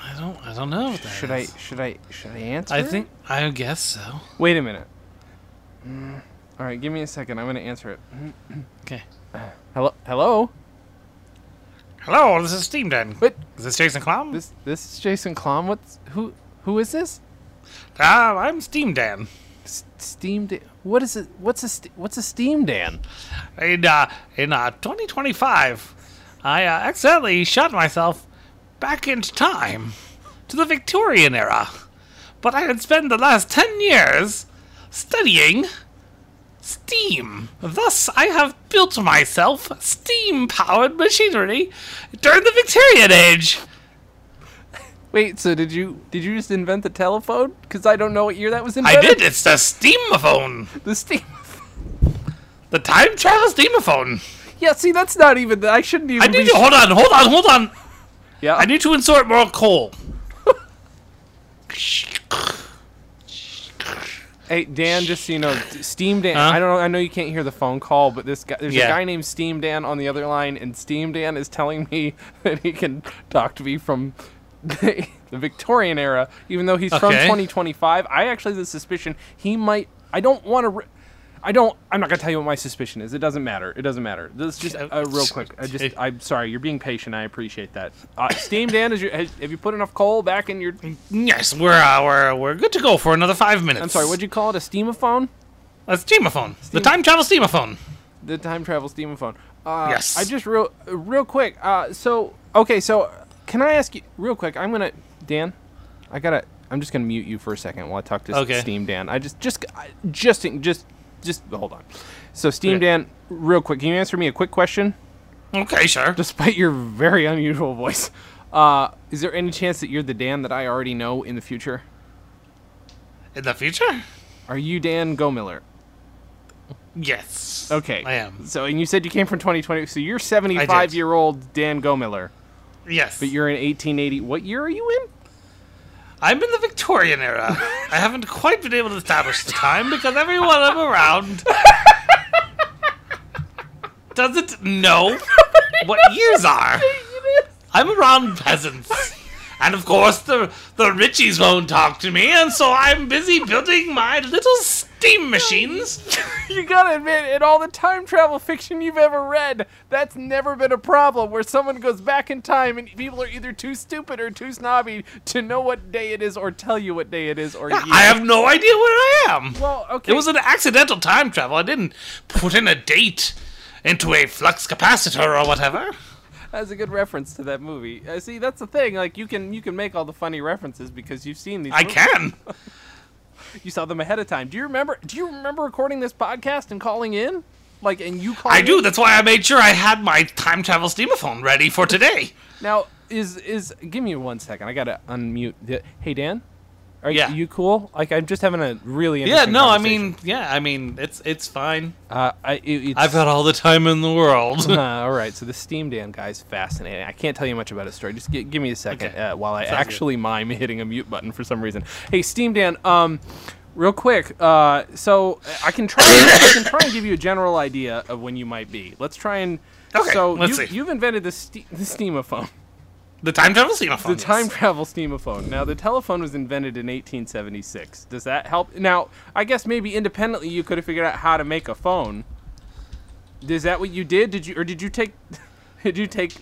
A: I don't. I don't know. What that
C: Should I?
A: is.
C: Should I? Should I answer?
A: I
C: it?
A: think. I guess so.
C: Wait a minute. Mm, All right, give me a second. I'm gonna answer it.
A: Okay.
C: Hello. Hello.
A: Hello, this is Steam Dan.
C: Wait.
A: Is this Jason Klom?
C: This this is Jason Klom. What's who? Who is this?
A: Ah, I'm Steam Dan.
C: S- Steam Dan. What is it? What's a st- what's a Steam Dan?
A: In uh, in uh, 2025, I uh, accidentally shot myself back into time to the Victorian era, but I had spent the last ten years studying steam. Thus, I have built myself steam-powered machinery during the Victorian age.
C: Wait. So did you did you just invent the telephone? Because I don't know what year that was
A: I
C: invented.
A: did. It's the steamophone,
C: The Steam.
A: the time travel steamophone.
C: Yeah. See, that's not even. I shouldn't even.
A: I need
C: be
A: to hold on, hold on, hold on.
C: Yeah.
A: I need to insert more coal.
C: Hey Dan, just so you know, Steam Dan.
A: Huh?
C: I don't know. I know you can't hear the phone call, but this guy, there's a
A: Yeah.
C: guy named Steam Dan on the other line, and Steam Dan is telling me that he can talk to me from the, the Victorian era, even though he's from
A: Okay.
C: 2025. I actually have the suspicion he might. I don't want to. Re- I don't. I'm not gonna tell you what my suspicion is. It doesn't matter. It doesn't matter. This is just
A: Okay.
C: uh, real quick. I just.
A: Okay.
C: I'm sorry. You're being patient. I appreciate that. Uh, Steam Dan, is your, has, have you put enough coal back in your?
A: Yes, we're uh, we're we're good to go for another five minutes.
C: I'm sorry. What'd you call it? A steamophone?
A: A steamophone. the time travel steamophone.
C: the time travel steamophone. Uh,
A: Yes.
C: I just real real quick. Uh, so okay, so can I ask you real quick? I'm gonna Dan. I gotta. I'm just gonna mute you for a second while I talk to S-
A: Okay.
C: Steam Dan. I just just I- just just just hold on. So Steam
A: Okay.
C: Dan, real quick, can you answer me a quick question?
A: Okay, sure.
C: Despite your very unusual voice, uh, is there any chance that you're the Dan that I already know in the future?
A: In the future?
C: Are you Dan Gomiller?
A: Yes.
C: Okay.
A: I am.
C: So, and you said you came from 2020. So you're 75 year old Dan Gomiller.
A: Yes.
C: But you're in 1880. What year are you in?
A: I'm in the Victorian era. I haven't quite been able to establish the time because everyone I'm around doesn't know what years are. I'm around peasants. And of course, the, the Richies won't talk to me, and so I'm busy building my little s- steam machines.
C: you gotta admit, in all the time travel fiction you've ever read, that's never been a problem where someone goes back in time and people are either too stupid or too snobby to know what day it is or tell you what day it is or year.
A: I have no idea where I am.
C: Well, okay.
A: It was an accidental time travel. I didn't put in a date into a flux capacitor or whatever.
C: That's a good reference to that movie. Uh, see, that's the thing. Like you can you can make all the funny references because you've seen these.
A: I
C: movies.
A: can.
C: You saw them ahead of time. Do you remember? Do you remember recording this podcast and calling in? Like, and you called.
A: I do.
C: in?
A: That's why I made sure I had my time travel steamophone ready for today.
C: Now is is give me one second. I gotta unmute. The, hey Dan, are
A: Yeah.
C: you, you cool? Like I'm just having a really
A: Yeah,
C: interesting
A: no, I
C: conversation.
A: mean, yeah, I mean, it's it's fine.
C: uh, I it, it's,
A: I've got all the time in the world.
C: Uh, all right, so the Steam Dan guy's fascinating. I can't tell you much about his story. Just gi- give me a second
A: Okay.
C: uh, while I
A: Sounds good.
C: actually mime hitting a mute button for some reason. Hey, Steam Dan, um, real quick. Uh, so I can try. I can try and give you a general idea of when you might be. Let's try and.
A: Okay,
C: so
A: let's
C: you,
A: see.
C: you've invented the, ste- the steamophone.
A: the time travel steamophone.
C: The time travel steamophone. Now, the telephone was invented in 1876. Does that help? Now, I guess maybe independently you could have figured out how to make a phone. Is that what you did? Did you or did you take did you take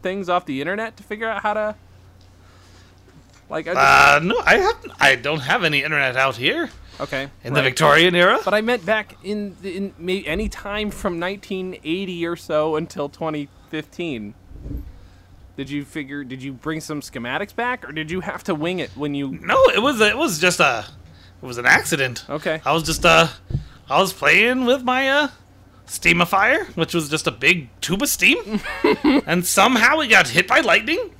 C: things off the internet to figure out how to like I
A: Uh,
C: just,
A: no, I have I don't have any internet out here
C: okay
A: in the
C: right.
A: Victorian era.
C: But I meant back in the- in may, any time from 1980 or so until 2015. Did you figure? Did you bring some schematics back, or did you have to wing it when you
A: No, it was it was just a it was an accident.
C: Okay.
A: I was just uh I was playing with my uh steamifier, which was just a big tube of steam, and somehow it got hit by lightning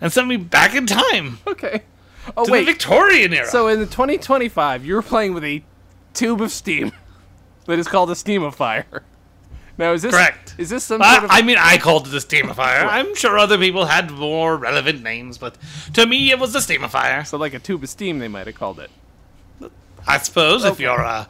A: and sent me back in time
C: Okay. Oh
A: to the
C: wait.
A: Victorian era.
C: so in the 2025, you're playing with a tube of steam that is called a steamifier. Now is this
A: Correct.
C: Is this some
A: I,
C: sort of
A: I mean, I called it the steamifier. I'm sure other people had more relevant names, but to me, it was the steamifier.
C: so like a tube of steam they might have called it?
A: I suppose if you're a,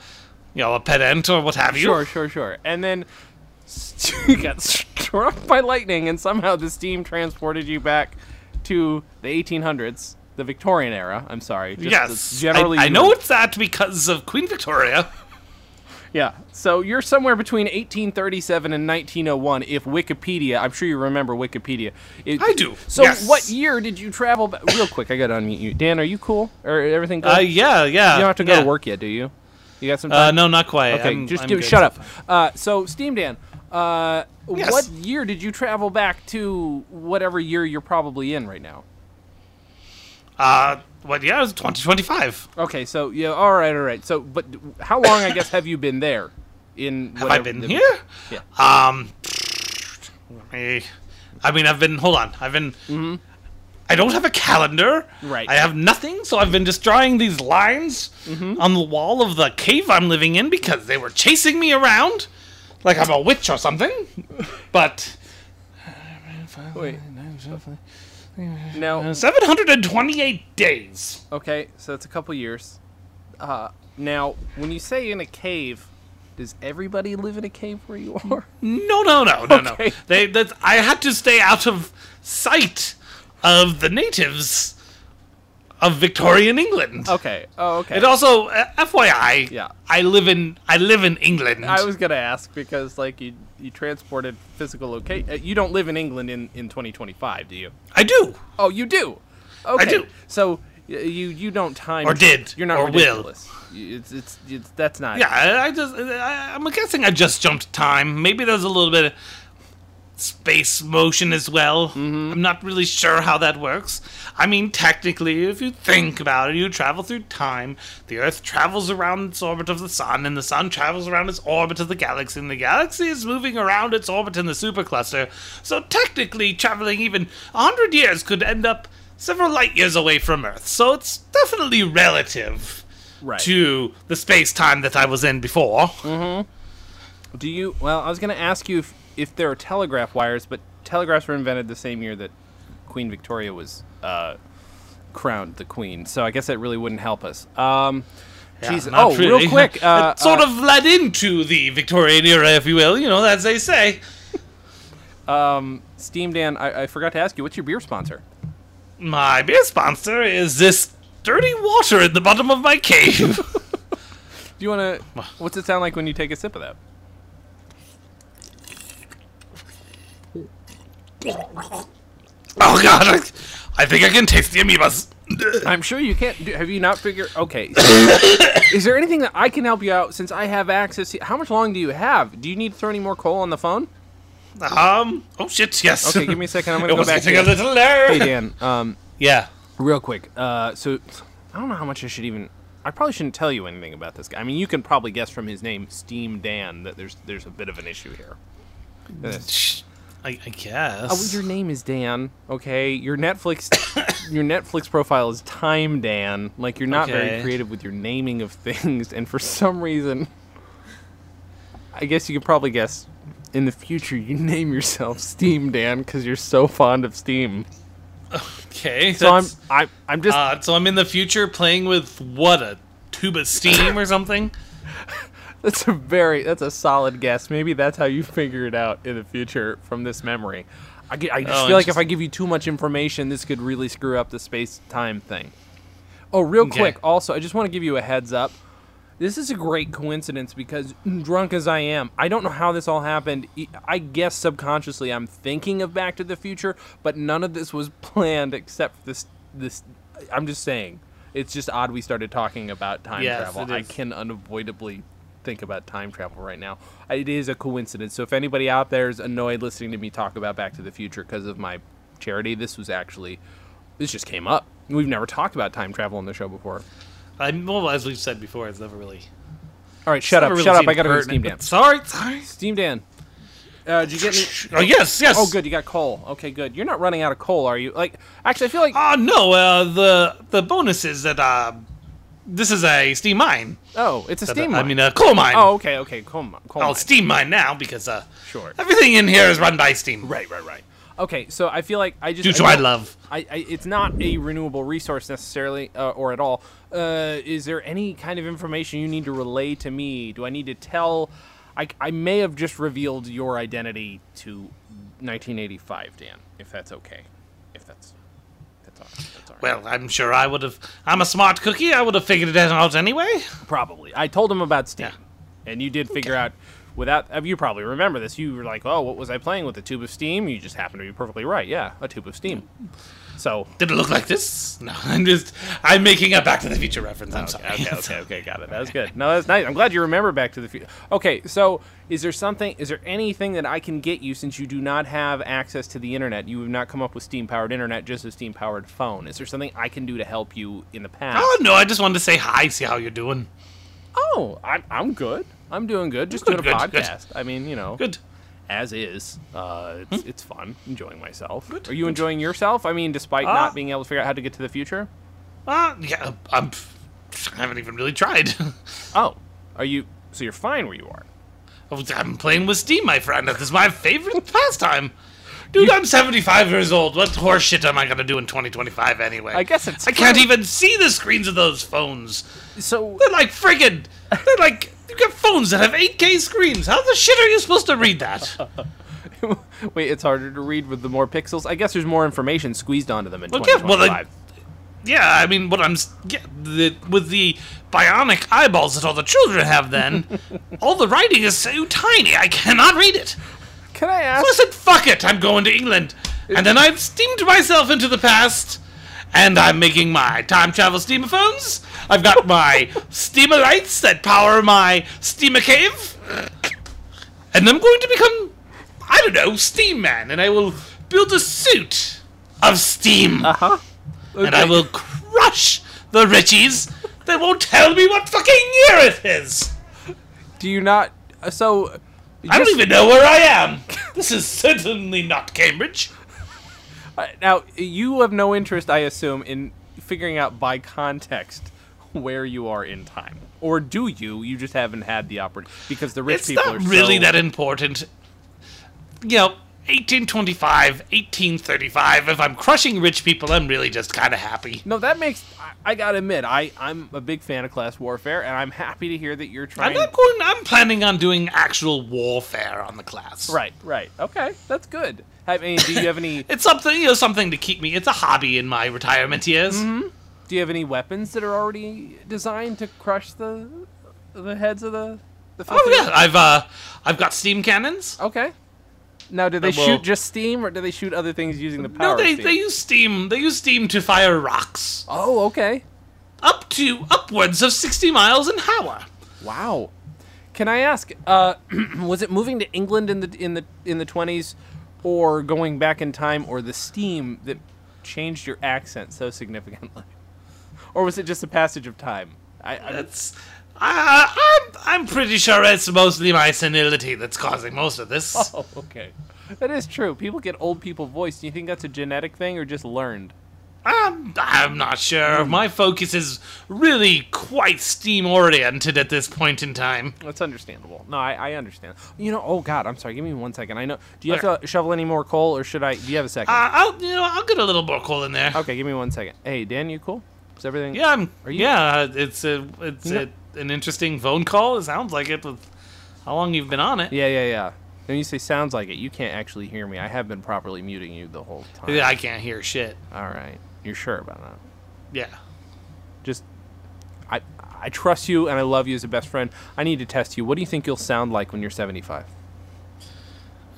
A: you know, a pedant or what have you.
C: Sure, sure, sure. And then s- you got struck by lightning, and somehow the steam transported you back to the 1800s, the Victorian era. I'm sorry. Just
A: Yes,
C: the- generally,
A: I, I
C: you
A: know
C: would-
A: it's that because of Queen Victoria.
C: Yeah. So you're somewhere between 1837 and 1901. If Wikipedia, I'm sure you remember Wikipedia. It-
A: I do,
C: So
A: yes.
C: what year did you travel? Ba- Real quick, I got to unmute you. Dan, are you cool? Or everything? Good?
A: Uh,
C: you
A: yeah, yeah.
C: don't have to go
A: yeah.
C: to work yet, do you? You got some time?
A: Uh, no, not quite.
C: Okay,
A: I'm-
C: just
A: I'm
C: give,
A: good.
C: shut up. Uh, so, Steam Dan, uh,
A: Yes.
C: what year did you travel back to whatever year you're probably in right now?
A: Uh, what? Yeah, it was 2025.
C: Okay, so yeah, all right, all right. So, but how long, I guess, have you been there? In
A: Have I
C: whatever
A: been
C: the-
A: here?
C: Yeah.
A: Um, I, I mean, I've been. Hold on, I've been. I don't have a calendar.
C: Mm-hmm. Right.
A: I have nothing, so I've been just drawing these lines
C: Mm-hmm.
A: on the wall of the cave I'm living in because they were chasing me around, like I'm a witch or something. but
C: Wait. Now,
A: 728 days.
C: okay, so that's a couple years. Uh, now, when you say in a cave, does everybody live in a cave where you are?
A: No, no, no, no,
C: Okay.
A: no. They that I had to stay out of sight of the natives of Victorian England.
C: Okay. Oh, okay.
A: It also, uh, FYI,
C: Yeah.
A: I live in I live in England.
C: I was gonna ask because like you you transported physical location. Uh, you don't live in England in in 2025, do you?
A: I do.
C: Oh, you do. Okay.
A: do.
C: So y- you you don't time
A: Or did,
C: You're not
A: or will.
C: ridiculous. Y- It's, it's it's that's not.
A: Yeah, I, I just I, I'm guessing I just jumped time. Maybe there's a little bit of space motion as well. I'm not really sure how that works. I mean, technically, if you think about it, you travel through time. The Earth travels around its orbit of the Sun, and the Sun travels around its orbit of the galaxy, and the galaxy is moving around its orbit in the supercluster. So technically, traveling even 100 years could end up several light years away from Earth. So it's definitely relative
C: Right.
A: to the space time that I was in before.
C: Do you? Well, I was gonna ask you if if there are telegraph wires, but telegraphs were invented the same year that Queen Victoria was uh, crowned the queen. So I guess that really wouldn't help us. Um, jeez-
A: not
C: oh,
A: really.
C: real quick. Uh,
A: it sort of led into the Victorian era, if you will. You know, as they say.
C: Steam Dan, I, I forgot to ask you, what's your beer sponsor?
A: My beer sponsor is this dirty water in the bottom of my cave.
C: Do you want to? What's it sound like when you take a sip of that?
A: Oh god, I, I think I can taste the amoebas.
C: I'm sure you can't. Do, have you not figured? Okay. is there anything that I can help you out since I have access? To, how much long do you have? Do you need to throw any more coal on the phone?
A: Um. Oh shit. Yes.
C: Okay, give me a second. I'm gonna
A: it
C: go
A: was
C: back.
A: getting a
C: To
A: little loud.
C: hey Dan, um,
A: Yeah.
C: real quick. Uh, so I don't know how much I should even. I probably shouldn't tell you anything about this guy. I mean, you can probably guess from his name, Steam Dan, that there's there's a bit of an issue here.
A: Shh. I, I guess.
C: Oh, well, your name is Dan. Okay, your Netflix, your Netflix profile is Time Dan. Like you're not very
A: Okay.
C: creative with your naming of things, and for some reason, I guess you could probably guess. In the future, you name yourself Steam Dan because you're so fond of Steam.
A: okay.
C: So I'm,
A: that's
C: I, I'm just,
A: odd. So I'm in the future playing with what a tube of steam or something.
C: that's a very, that's a solid guess. Maybe that's how you figure it out in the future from this memory. I, get- I just
A: Oh,
C: feel like if I
A: interesting.
C: give you too much information, this could really screw up the space time thing. Oh, real
A: Okay.
C: quick. Also, I just want to give you a heads up. This is a great coincidence because mm, drunk as I am, I don't know how this all happened. E- I guess subconsciously I'm thinking of Back to the Future, but none of this was planned except for this. This, I'm just saying, it's just odd we started talking about time
A: Yes, it
C: travel. I
A: is.
C: can unavoidably think about time travel right now. It is a coincidence. So if anybody out there is annoyed listening to me talk about Back to the Future because of my charity, this was actually this just came up. We've never talked about time travel on the show before.
A: I well, as we've said before, it's never really.
C: All right, shut
A: never
C: up,
A: really
C: shut up.
A: seemed
C: I gotta go to Steam
A: pertinent,
C: Dan.
A: but Sorry, sorry.
C: Steam Dan. Uh, did you get me?
A: Oh yes, yes.
C: Oh, good, you got coal. Okay, good. You're not running out of coal, are you? Like, actually, I feel like.
A: Ah no, uh, the the bonus is that uh, this is a steam mine.
C: Oh, it's a
A: That, uh,
C: steam.
A: I
C: mine.
A: mean, a coal mine.
C: Oh, okay, okay. Coal. mi- coal
A: I'll
C: mine.
A: steam mine now because uh,
C: Sure.
A: everything in here is run by steam. Right, right, right.
C: Okay, so I feel like I just
A: Due to
C: I
A: my
C: don't-
A: love.
C: I, I it's not a renewable resource necessarily uh, or at all. Uh, is there any kind of information you need to relay to me? Do I need to tell? I, I may have just revealed your identity to 1985, Dan. If that's okay, if that's that's all, right, that's all right.
A: Well, I'm sure I would have. I'm a smart cookie. I would have figured it out anyway.
C: probably. I told him about Steam,
A: Yeah.
C: and you did figure out without. uh, You probably remember this. You were like, "Oh, what was I playing with a tube of steam?" You just happened to be perfectly right. Yeah, a tube of steam. So
A: Did it look like this? No, I'm just. I'm making a Back to the Future reference. I'm sorry.
C: okay, okay, okay, got it. That was good. No, that's nice. I'm glad you remember Back to the Future. Okay, so is there something? Is there anything that I can get you since you do not have access to the internet? You have not come up with steam powered internet, just a steam powered phone. Is there something I can do to help you in the past?
A: Oh no, I just wanted to say hi, see how you're doing.
C: Oh, I'm, I'm good. I'm doing good. Just
A: Good,
C: doing a
A: good, good.
C: podcast. I mean, you know,
A: Good.
C: as is. Uh, it's, it's fun. Enjoying myself. Are you enjoying yourself? I mean, despite
A: Ah.
C: not being able to figure out how to get to the future.
A: Ah, yeah. I'm. I haven't even really tried.
C: Oh, are you? So you're fine where you are.
A: I'm Oh, playing with Steam, my friend. This is my favorite pastime. Dude, I'm 75 years old. What horse shit am I gonna do in 2025 anyway?
C: I guess it's
A: I can't
C: true.
A: even see the screens of those phones.
C: So
A: They're like friggin'. They're like. You got phones that have 8K screens. How the shit are you supposed to read that?
C: Wait, it's harder to read with the more pixels. I guess there's more information squeezed onto them in
A: Okay, well,
C: 2025.
A: then- Yeah, I mean, what I'm s- yeah, the, with the bionic eyeballs that all the children have, then all the writing is so tiny I cannot read it.
C: Can I ask?
A: Listen, fuck it, I'm going to England, and then I've steamed myself into the past, and I'm making my time travel steamer phones. I've got my steamer lights that power my steamer cave, and I'm going to become, I don't know, steam man, and I will build a suit of steam and I will crush the Richies. They won't tell me what fucking year it is.
C: Do you not? uh, So,
A: I don't even know where I am. This is certainly not Cambridge.
C: uh, now you have no interest, I assume, in figuring out by context where you are in time, or do you? You just haven't had the opportunity because the rich
A: It's
C: people
A: not
C: are
A: really
C: so-
A: that important. You know, 1825, 1835. If I'm crushing rich people, I'm really just kind of happy.
C: No, that makes. I, I gotta admit, I I'm a big fan of class warfare, and I'm happy to hear that you're
A: I'm
C: trying.
A: not going. I'm planning on doing actual warfare on the class.
C: Right, right. Okay, that's good. I mean, do you have any?
A: It's something, you know, something to keep me. It's a hobby in my
C: Mm-hmm.
A: retirement years.
C: Do you have any weapons that are already designed to crush the the heads of the the
A: Oh
C: filters?
A: yeah, I've uh, I've got steam cannons.
C: Okay. Now, do they
A: Then Uh, we'll-
C: shoot just steam, or do they shoot other things using the
A: No,
C: power?
A: they,
C: of steam?
A: they use steam. They use steam to fire rocks
C: Oh, okay.
A: up to upwards of 60 miles an hour.
C: Wow. Can I ask? Uh, was it moving to England in the in the in the twenties, or going back in time, or the steam that changed your accent so significantly, or was it just a passage of time? I, I don't-
A: That's uh, I'm I'm pretty sure it's mostly my senility that's causing most of this.
C: oh, okay. That is true. People get old people voice. Do you think that's a genetic thing or just learned?
A: I'm I'm not sure. My focus is really quite steam oriented at this point in time.
C: That's understandable. No, I, I understand. You know, oh God, I'm sorry. Give me one second. I know. Do you have to shovel any more coal, or should I? Do you have a second?
A: Uh, I'll you know I'll get a little more coal in there.
C: okay, give me one second. Hey, Dan, you cool? Is everything?
A: Yeah, I'm,
C: Are you-
A: yeah. It's a it's
C: You know-
A: a, an interesting phone call. It sounds like it with how long you've been on it.
C: Yeah, yeah, yeah. Then you say sounds like it. You can't actually hear me. I have been properly muting you the whole time.
A: Yeah, I can't hear shit.
C: All right. You're sure about that?
A: Yeah.
C: Just, I, I trust you and I love you as a best friend. I need to test you. What do you think you'll sound like when you're 75?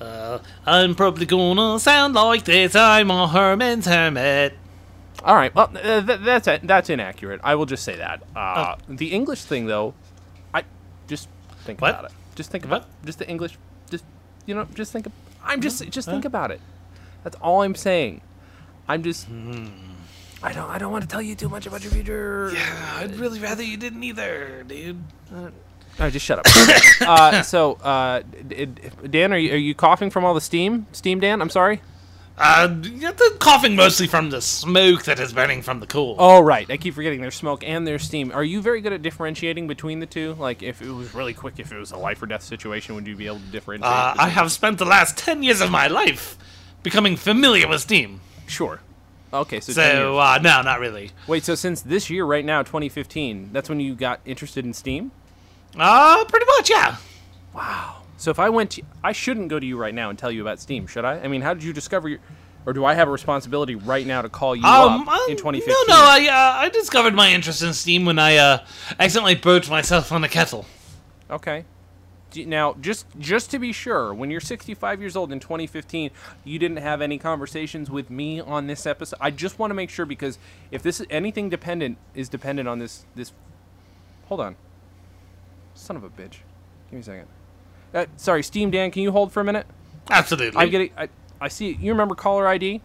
A: Uh, I'm probably gonna sound like this. I'm a herman's hermit.
C: All right. Well, th- th- that's it. that's inaccurate. I will just say that.
A: Oh.
C: Uh, The English thing, though, I just think
A: What?
C: about it. Just think
A: What?
C: about just the English. Just you know, just think. Of, I'm
A: Mm-hmm.
C: just just think about it. That's all I'm saying. I'm just.
A: Hmm.
C: I don't. I don't want to tell you too much about your future.
A: I'd really rather you didn't either, dude.
C: All right, just shut up. uh, so, uh, d- d- Dan, are you, are you coughing from all the steam? Steam, Dan. I'm sorry.
A: Uh, yeah, the coughing mostly from the smoke that is burning from the coal.
C: Oh right, I keep forgetting there's smoke and there's steam. Are you very good at differentiating between the two? Like if it was really quick, if it was a life or death situation, would you be able to differentiate?
A: Uh, I
C: between-
A: have spent the last ten years of my life becoming familiar with steam.
C: sure. Okay, so, 10
A: So
C: years.
A: uh, no, not really.
C: wait, so since this year, right now, 2015, that's when you got interested in steam.
A: Uh, pretty much, yeah.
C: So if I went, to, I shouldn't go to you right now and tell you about steam, should I? I mean, how did you discover your, or do I have a responsibility right now to call you
A: Um,
C: up
A: I-
C: in
A: no,
C: 2015?
A: no, I uh, I discovered my interest in steam when I uh accidentally burnt myself on a kettle.
C: Okay. Do you- Now, just just to be sure, when you're 65 years old in 2015, you didn't have any conversations with me on this episode. I just want to make sure because if this is anything dependent is dependent on this this, hold on, son of a bitch, give me a second. Uh, sorry, Steam Dan, can you hold for a minute?
A: Absolutely.
C: I'm getting. I, I see. You remember caller ID?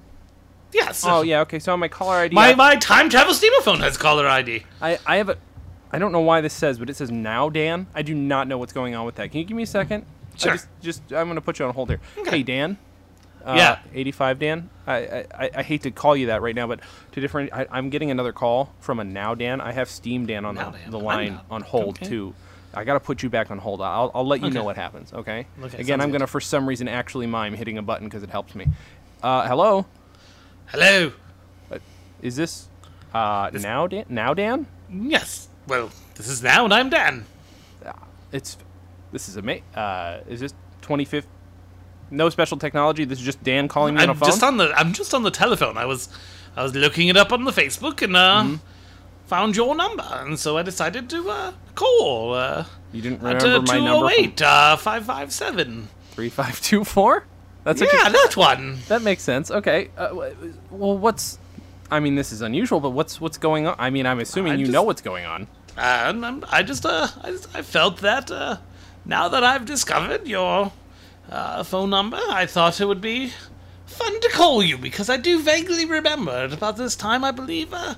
A: yes.
C: Oh yeah. Okay. So on my caller ID,
A: My
C: I-
A: my time travel steamer phone has caller ID.
C: I, I have a. I don't know why this says, but it says now, Dan. I do not know what's going on with that. Can you give me a second? I
A: Sure.
C: just, just I'm gonna put you on hold here. Hey, Dan. Uh,
A: Yeah.
C: 85, Dan. I, I I- I hate to call you that right now, but to different. I, I'm getting another call from a now, Dan. I have Steam Dan on
A: Now
C: the,
A: Dan.
C: the
A: I'm
C: line
A: not-
C: on hold
A: okay.
C: too. I gotta put you back on hold. I'll, I'll let you know what happens. Okay.
A: Okay,
C: Again,
A: sounds
C: I'm
A: good.
C: gonna for some reason actually mime hitting a button because it helps me. Uh, hello.
A: Hello.
C: Is this uh, now, Dan? Now, Dan?
A: Yes. Well, this is now, and I'm Dan.
C: it's this is amazing. Uh, is this 25th? No special technology. This is just Dan calling me on a
A: I'm
C: phone.
A: just on the I'm just on the telephone. I was I was looking it up on the Facebook and uh,
C: Mm-hmm.
A: found your number, and so I decided to uh, call. Uh,
C: you didn't
A: at,
C: remember my number. from
A: 208 uh, 557.
C: 3524. That's what you-
A: yeah, that one.
C: that makes sense. Okay. Uh, w- well, what's? I mean, this is unusual, but what's what's going on? I mean, I'm assuming
A: I
C: you
A: just-
C: know what's going on.
A: And I'm, I just uh I, just, I felt that uh, now that I've discovered your uh, phone number, I thought it would be fun to call you because I do vaguely remember at about this time I believe uh,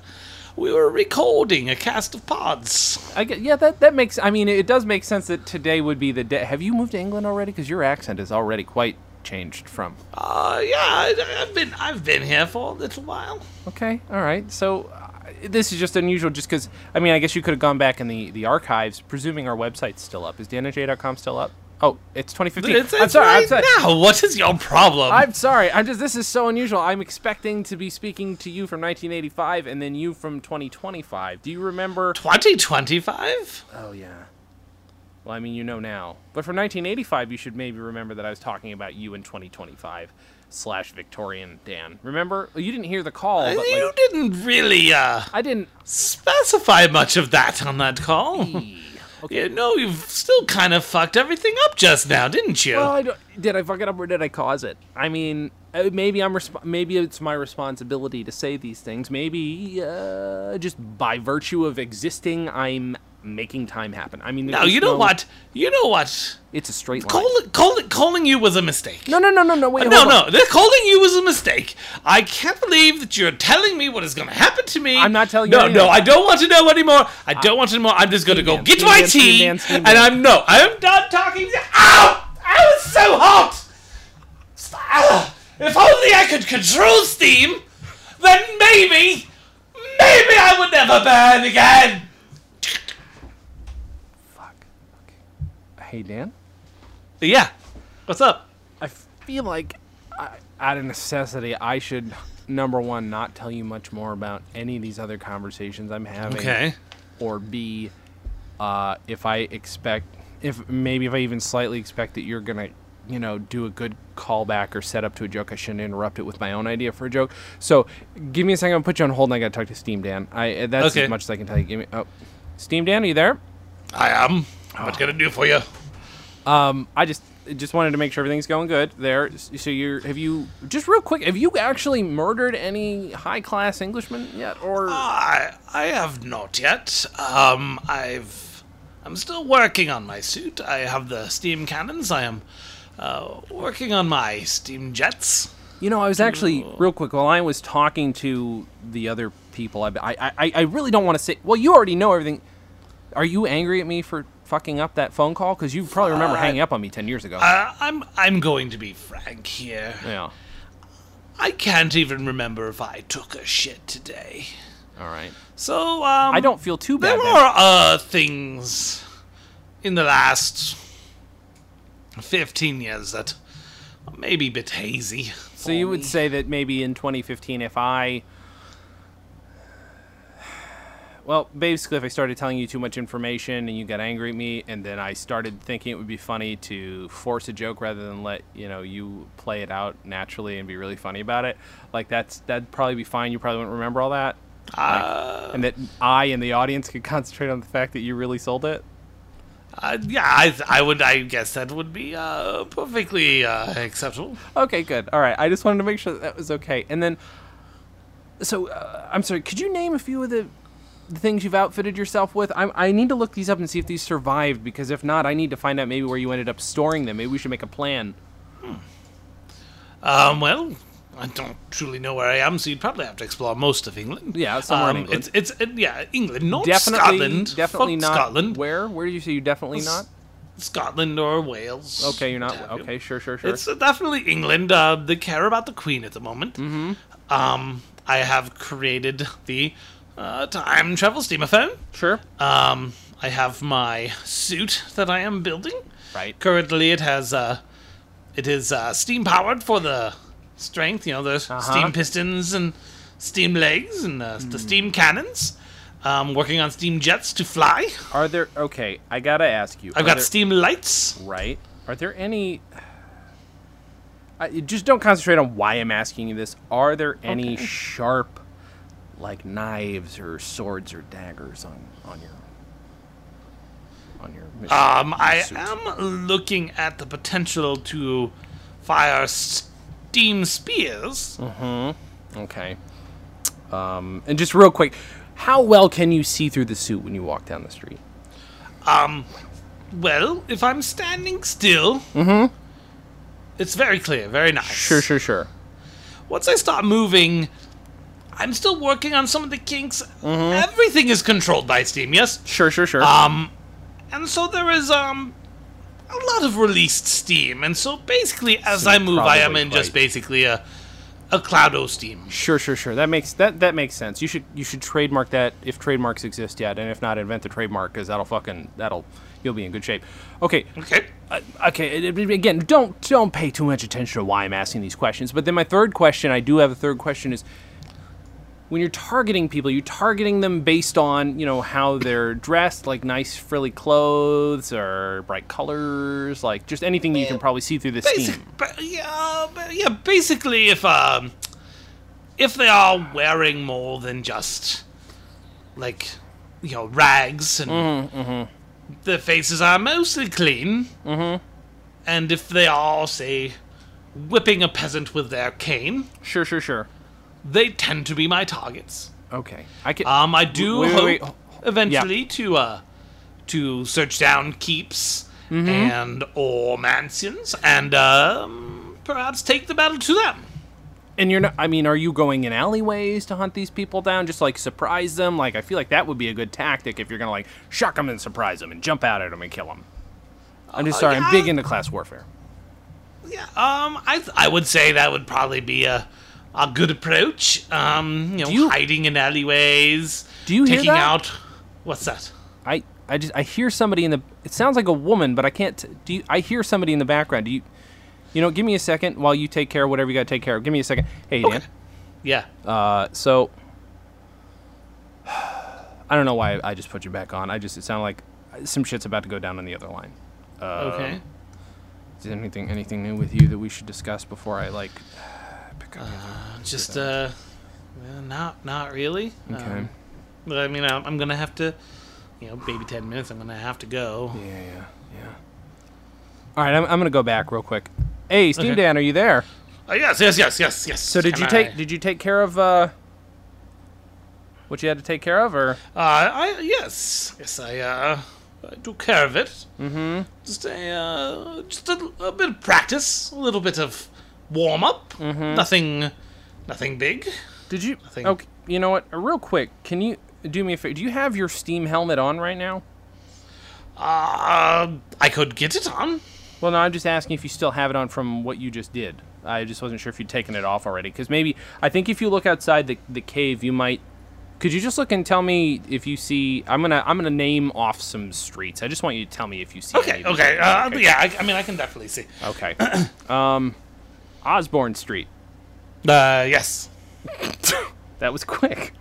A: we were recording a cast of pods.
C: I get, yeah, that that makes. I mean, it does make sense that today would be the day. Have you moved to England already? Because your accent is already quite changed from
A: Uh, yeah, I, I've been I've been here for a little while.
C: Okay, all right. So uh, this is just unusual, just because. I mean, I guess you could have gone back in the the archives, presuming our website's still up. Is danaj.com still up? Oh, it's 2015.
A: It's,
C: I'm
A: it's
C: sorry.
A: right
C: I'm sorry.
A: now. What is your problem?
C: I'm sorry. I'm just. This is so unusual. I'm expecting to be speaking to you from 1985 and then you from 2025. Do you remember?
A: 2025.
C: Oh yeah. Well, I mean, you know now. But from 1985, you should maybe remember that I was talking about you in 2025 slash Victorian Dan. Remember? You didn't hear the call, but
A: you
C: like,
A: didn't really uh
C: I didn't.
A: specify much of that on that call. You know, you've still kind of fucked everything up just now, didn't you?
C: Well, I don't, did I fuck it up or did I cause it? I mean, uh, maybe I'm resp- maybe it's my responsibility to say these things. Maybe uh, just by virtue of existing, I'm making time happen. I mean,
A: no,
C: there's
A: you know what? You know what?
C: It's a straight line.
A: Call, call, calling you was a mistake.
C: no, no, no, no, no. Wait,
A: Uh, No,
C: hold on.
A: no, they're calling you was a mistake. I can't believe that you're telling me what is going to happen to me.
C: I'm not telling you
A: No,
C: anything.
A: no, I don't want to know anymore. I don't want to know. I'm just going to go
C: Steam
A: get
C: man,
A: my
C: steam
A: tea,
C: man, steam
A: and
C: man.
A: I'm no, I'm done talking. to- Ow! I was so hot. Ah, If only I could control steam, then maybe, maybe I would never burn again.
C: Fuck. Okay. Hey, Dan.
A: Yeah. What's up?
C: I feel like, I, out of necessity, I should number one not tell you much more about any of these other conversations I'm having.
A: Okay.
C: Or B, uh, if I expect, if maybe if I even slightly expect that you're gonna, you know, do a good callback or set up to a joke, I shouldn't interrupt it with my own idea for a joke. So, give me a second. I'll put you on hold, and I gotta talk to Steam Dan. I uh, that's
A: Okay.
C: as much as I can tell you. Give me. Oh, Steam Dan, are you there?
A: I am. What can I do for you?
C: Um, I just just wanted to make sure everything's going good there. S- So you're have you just real quick have you actually murdered any high class Englishmen yet or
A: I I have not yet. Um, I've I'm still working on my suit. I have the steam cannons. I am uh, working on my steam jets.
C: you know I was actually real quick while I was talking to the other people I I I, I really don't want to say well you already know everything. Are you angry at me for fucking up that phone call? Because you probably remember hanging up on me ten years ago.
A: Uh, I'm I'm going to be frank here.
C: yeah.
A: I can't even remember if I took a shit today.
C: All right.
A: So um,
C: I don't feel too bad.
A: There
C: then.
A: were uh, things in the last fifteen years that may be a bit hazy.
C: So you would say that maybe in 2015, if I, well, basically, if I started telling you too much information and you got angry at me, and then I started thinking it would be funny to force a joke rather than let you know you play it out naturally and be really funny about it, like that's that'd probably be fine. You probably wouldn't remember all that, Like, and that I and the audience could concentrate on the fact that you really sold it.
A: Uh, yeah, I, th- I would. I guess that would be uh, perfectly uh, acceptable.
C: Okay, good. All right. I just wanted to make sure that, that was okay. And then, so uh, I'm sorry. Could you name a few of the, the things you've outfitted yourself with? I, I need to look these up and see if these survived because if not, I need to find out maybe where you ended up storing them. Maybe we should make a plan.
A: Um, well, I don't truly know where I am, so you'd probably have to explore most of England.
C: Yeah, somewhere in
A: um,
C: England.
A: It's, it's uh, yeah, England, not
C: Definitely,
A: Scotland.
C: definitely
A: Fuck
C: not.
A: Scotland.
C: Where? Where did you say you definitely
A: S-
C: not?
A: Scotland or Wales.
C: Okay, you're not.
A: what have you.
C: Okay, sure, sure, sure.
A: It's uh, definitely England. Uh, they care about the Queen at the moment. Mm-hmm. Um, I have created the uh, time travel steamer phone.
C: sure.
A: Um, I have my suit that I am building.
C: Right.
A: Currently, it has uh, it is uh, steam powered for the strength. You know, the steam pistons and steam legs and uh, the steam cannons. Um, working on steam jets to fly.
C: Are there? Okay, I gotta ask you.
A: I've
C: are
A: got
C: there-
A: steam lights.
C: Right. Are there any? I, just don't concentrate on why I'm asking you this. Are there any sharp, like knives or swords or daggers on on your on your? mission?
A: Um, I am looking at the potential to fire steam spears.
C: okay. Um, and just real quick, how well can you see through the suit when you walk down the street?
A: Well, if I'm standing still, it's very clear, very nice.
C: Sure, sure, sure.
A: once I start moving, I'm still working on some of the kinks.
C: Mm-hmm.
A: Everything is controlled by Steam, yes?
C: Sure, sure, sure.
A: Um, and so there is, um, a lot of released Steam, and so basically as I move, I am
C: probably
A: in just
C: quite-
A: basically a, a cloud of Steam.
C: Sure, sure, sure. That makes that that makes sense. You should you should trademark that if trademarks exist yet, and if not, invent the trademark because that'll fucking that'll you'll be in good shape. Okay,
A: Okay?
C: uh, okay. uh, Again, don't don't pay too much attention to why I'm asking these questions. But then my third question, I do have a third question, is when you're targeting people, you're targeting them based on you know how they're dressed, like nice frilly clothes or bright colors, like just anything you can probably see through the
A: Basic,
C: steam.
A: ba- yeah, ba- yeah, basically if, um, if they are wearing more than just, like, you know, rags and the faces are mostly clean. Mm-hmm. And if they are, say, whipping a peasant with their cane,
C: Sure, sure, sure.
A: they tend to be my targets.
C: Okay. I can.
A: Um, I do
C: Wait,
A: hope
C: wait, wait.
A: eventually to uh, to search down keeps
C: Mm-hmm.
A: and or mansions and um, perhaps take the battle to them.
C: and you're not. I mean, are you going in alleyways to hunt these people down? Just like surprise them. Like I feel like that would be a good tactic if you're gonna like shock them and surprise them and jump out at them and kill them. I'm just sorry. I'm
A: Uh, yeah.
C: big into class warfare.
A: Yeah, um, I I would say that would probably be a a good approach. Um, you know,
C: you-
A: hiding in alleyways.
C: Do you hear
A: taking
C: that?
A: out? What's that?
C: I I just I hear somebody in the. It sounds like a woman, but I can't. t- Do you? I hear somebody in the background. Do you? You know, give me a second while you take care of whatever you got to take care of. Give me a second. Hey, Dan.
A: Yeah.
C: Uh, so I don't know why I just put you back on. I just it sounded like uh, some shit's about to go down on the other line.
A: okay.
C: Is there anything anything new with you that we should discuss before I like pick up?
A: Just uh, well, not not really.
C: okay.
A: Um, but I mean, I'm, I'm gonna have to, you know, maybe ten minutes. I'm gonna have to go.
C: yeah, yeah, yeah. All right, I'm, I'm gonna go back real quick. Hey, Steam
A: Okay.
C: Dan, are you there?
A: Uh, yes, yes, yes, yes, yes.
C: So did
A: Can
C: you
A: I-
C: take did you take care of uh what you had to take care of, or
A: Uh, I yes, yes, I uh, I took care of it. Mm-hmm. Just a uh, just a, a bit of practice, a little bit of warm up. Mm-hmm. Nothing, nothing big.
C: did you?
A: think-
C: Okay, you know what? Real quick, can you do me a favor? Do you have your Steam helmet on right now?
A: Uh, I could get it on.
C: Well, no, I'm just asking if you still have it on from what you just did. I just wasn't sure if you'd taken it off already. Because maybe, I think if you look outside the, the cave, you might. Could you just look and tell me if you see? I'm gonna I'm gonna name off some streets. I just want you to tell me if you see. any
A: Okay,
C: of these
A: okay.
C: streets.
A: Uh, yeah, I, I mean, I can definitely see.
C: Okay. um, Osborne Street.
A: Uh, yes.
C: That was quick.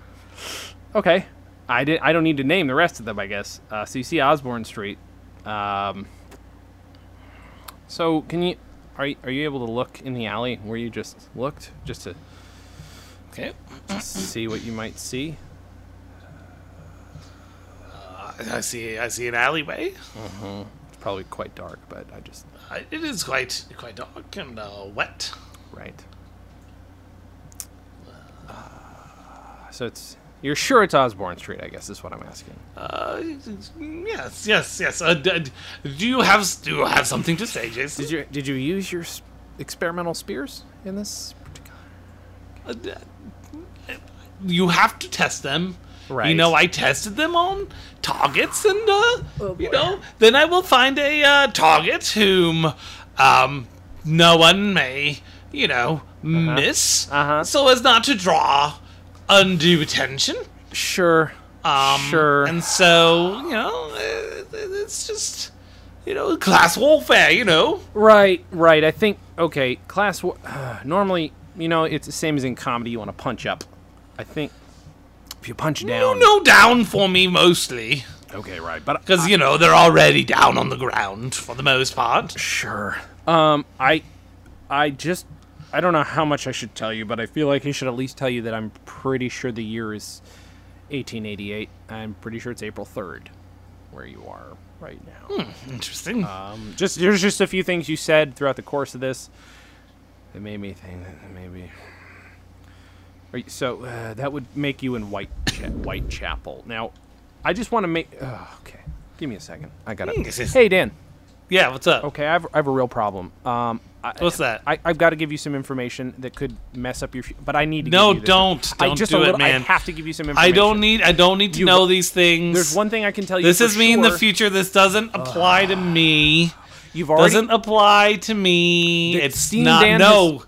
C: Okay. I did. I don't need to name the rest of them, I guess. Uh, so you see Osborne Street. Um, so can you are you, are you able to look in the alley where you just looked, just to
A: Okay.
C: see what you might see?
A: I, I see. I see an alleyway.
C: It's probably quite dark, but I just
A: Uh, it is quite quite dark and uh, wet.
C: right. Uh, so it's you're sure it's Osborne Street, I guess is what I'm asking.
A: Uh, yes, yes, yes. Uh, d- d- do you have do you have something to say, Jason?
C: Did you did you use your s- experimental spears in this particular?
A: Uh, d- you have to test them. You
C: Right.
A: know, I tested them on targets, and uh, you know, then I will find a uh, target whom um, no one may, you know, miss,
C: Uh-huh.
A: so as not to draw undue attention.
C: Sure.
A: Um,
C: Sure.
A: And so, you know, it, it- it's just, you know, class warfare. You know.
C: Right, right. I think okay. Class war. normally, you know, it's the same as in comedy. You want to punch up. I think if you punch
A: No,
C: down.
A: no, down for me mostly.
C: Okay, right. But
A: Because, you know, they're already down on the ground for the most part.
C: sure. Um, I, I just, I don't know how much I should tell you, but I feel like I should at least tell you that I'm pretty sure the year is 1888. I'm pretty sure it's April 3rd, where you are right now.
A: Interesting.
C: Uh, just there's just a few things you said throughout the course of this that made me think that maybe. Are you- so uh, that would make you in White Cha- Whitechapel. Now, I just want to make. Uh, okay, give me a second. I got
A: Mm, this
C: it.
A: is-
C: Hey Dan.
A: yeah, what's up?
C: Okay, I have, I have a real problem. Um, I,
A: What's that?
C: I, I've got to give you some information that could mess up your. fu- But I need to.
A: No,
C: give you this-
A: don't.
C: I
A: don't
C: just
A: do
C: a
A: it,
C: little,
A: man.
C: I have to give you some
A: I
C: information.
A: don't need I don't need to
C: You-
A: know these things.
C: There's one thing I can tell you.
A: This
C: for
A: is me in the
C: sure. Uh,
A: future. This doesn't apply to me.
C: You've already
A: doesn't apply to me.
C: The
A: It's
C: Steam
A: not
C: Dan
A: no.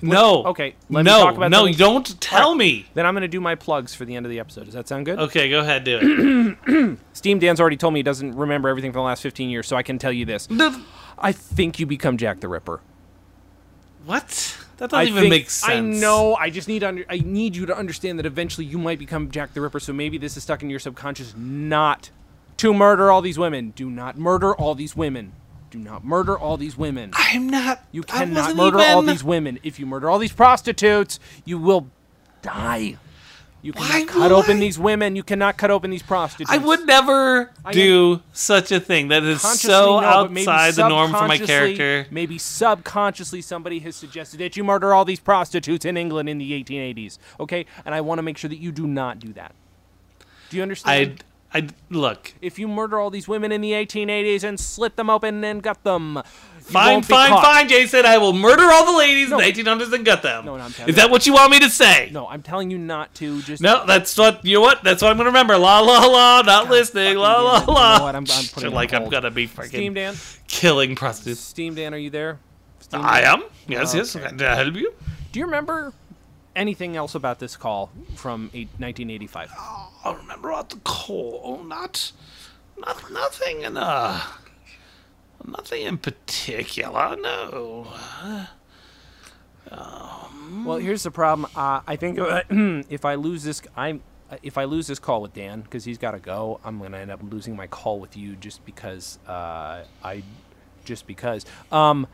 A: no.
C: okay, let me
A: no.
C: talk about
A: no,
C: something-
A: you don't tell
C: Alright.
A: me.
C: Then I'm going to do my plugs for the end of the episode. Does that sound good?
A: Okay, go ahead, do it.
C: Steam Dan's already told me he doesn't remember everything from the last 15 years, so I can tell you this.
A: No,
C: I think you become Jack the Ripper.
A: what? That doesn't
C: I
A: even
C: think-
A: make sense.
C: I know. I just need to under, I need you to understand that eventually you might become Jack the Ripper. So maybe this is stuck in your subconscious. Not to murder all these women. Do not murder all these women. Do not murder all these women.
A: I'm not.
C: You
A: I
C: cannot
A: wasn't
C: murder all
A: even-
C: these women. If you murder all these prostitutes, you will die. You
A: Why
C: cannot cut
A: would
C: open
A: I?
C: these women. You cannot cut open these prostitutes.
A: I would never do such a thing. That is
C: Consciously,
A: so
C: no, but maybe
A: outside the norm for my
C: subconsciously-
A: character.
C: Maybe subconsciously somebody has suggested that you murder all these prostitutes in England in the 1880s. Okay, and I want to make sure that you do not do that. Do you understand?
A: I, I look.
C: if you murder all these women in the 1880s and slit them open and gut them, you
A: Fine,
C: won't be
A: fine,
C: caught.
A: fine, Jason. I will murder all the ladies
C: No.
A: in the 1800s and gut them.
C: No, no, I'm telling
A: is that
C: you.
A: what you want me to say?
C: No, I'm telling you not to. Just
A: No, that's what you know what. That's what I'm gonna remember. La la la, not listening. La la
C: damn it. You
A: la.
C: know what, I'm- I'm putting it on
A: like I'm
C: hold.
A: gonna be freaking
C: Steam Dan.
A: killing prostitutes.
C: Steam Dan, are you there? Steam
A: I
C: Dan?
A: am. Yes, yes. Can I help you?
C: Do you remember anything else about this call from eight, 1985?
A: I remember about the call. Oh, not, not nothing in uh, nothing in particular. No.
C: Well, here's the problem. Uh, I think uh, if I lose this, I'm uh, if I lose this call with Dan because he's got to go, I'm gonna end up losing my call with you just because uh, I, just because um,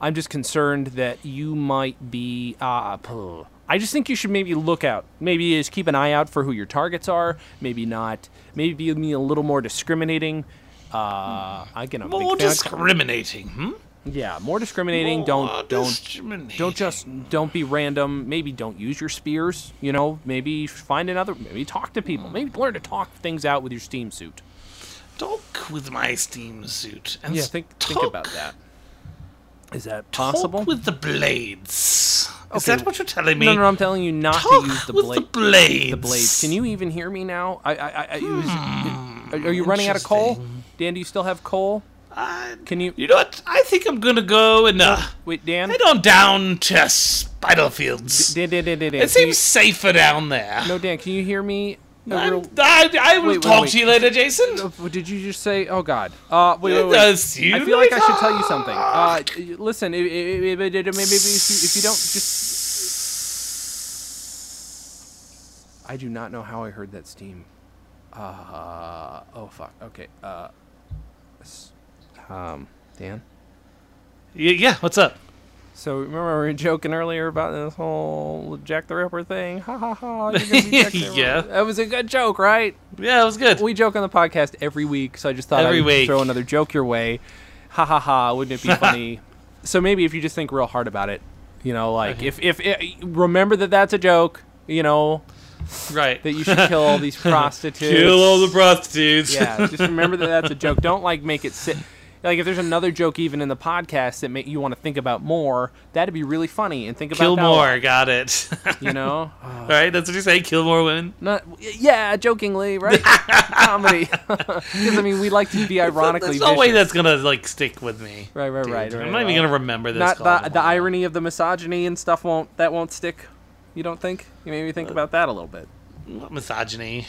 C: I'm just concerned that you might be. Uh, puh. I just think you should maybe look out. Maybe just keep an eye out for who your targets are. Maybe not. Maybe be a little more discriminating. Uh, again, I'm a
A: More
C: big fan of-
A: discriminating. Hmm.
C: yeah, more discriminating.
A: More
C: don't don't
A: discriminating.
C: don't just don't be random maybe don't use your spears you know maybe find another maybe talk to people maybe learn to talk things out with your steam suit
A: talk with my steam suit and
C: yeah
A: s-
C: think
A: talk,
C: think about that is that
A: talk
C: possible
A: with the blades. Is
C: Okay.
A: that what you're telling me?
C: no no i'm telling you not
A: Talk
C: to use the
A: with
C: blade
A: the blades.
C: the blades can you even hear me now i i, I, I it was- it- are- are you running out of coal dan do you still have coal
A: I,
C: can you
A: you know what? I think I'm gonna go and uh,
C: wait dan
A: head on down to Spitalfields.
C: dan dan dan dan,
A: it
C: dan. can you-
A: seems safer down there.
C: no dan can you hear me No,
A: I'm-
C: real-
A: I, I will
C: Wait, wait,
A: talk
C: wait.
A: to you later, Jason.
C: Oh, did you just say? Oh God! Uh, wait, wait, wait.
A: Uh, see
C: I
A: you
C: feel like I should
A: later.
C: tell you something. Uh, y- listen, i- i- i- i- maybe if you, if you don't just. I do not know how I heard that steam. Uh, oh fuck. Okay. Uh, s- um, Dan.
A: Y- yeah, what's up?
C: So remember we were joking earlier about this whole Jack the Ripper thing. Ha ha ha! You're gonna be Jack the Ripper.
A: Yeah.
C: That was a good joke, right?
A: Yeah, it was good.
C: we joke on the podcast every week, so I just thought
A: Every
C: I'd
A: week.
C: throw another joke your way. Ha ha ha! Wouldn't it be funny? so maybe if you just think real hard about it, you know, like if if it, remember that that's a joke, you know,
A: right.
C: that you should kill all these prostitutes.
A: Kill all the prostitutes.
C: yeah, just remember that that's a joke. Don't like make it sit. Like if there's another joke even in the podcast that make you want to think about more, that'd be really funny and think about
A: Kill
C: that
A: more.
C: one,
A: Got it.
C: you know. Uh,
A: All right, that's what you say. Kill more women.
C: Not yeah, jokingly, right? Comedy, because I mean we like to be ironically.
A: There's no way
C: vicious.
A: that's gonna like stick with me.
C: Right, right, right, right.
A: I'm not even
C: right.
A: gonna remember this.
C: Not
A: call
C: the, the
A: tomorrow.
C: irony of the misogyny and stuff won't that won't stick. You don't think? You made me
A: Uh,
C: think about that a little bit.
A: What misogyny.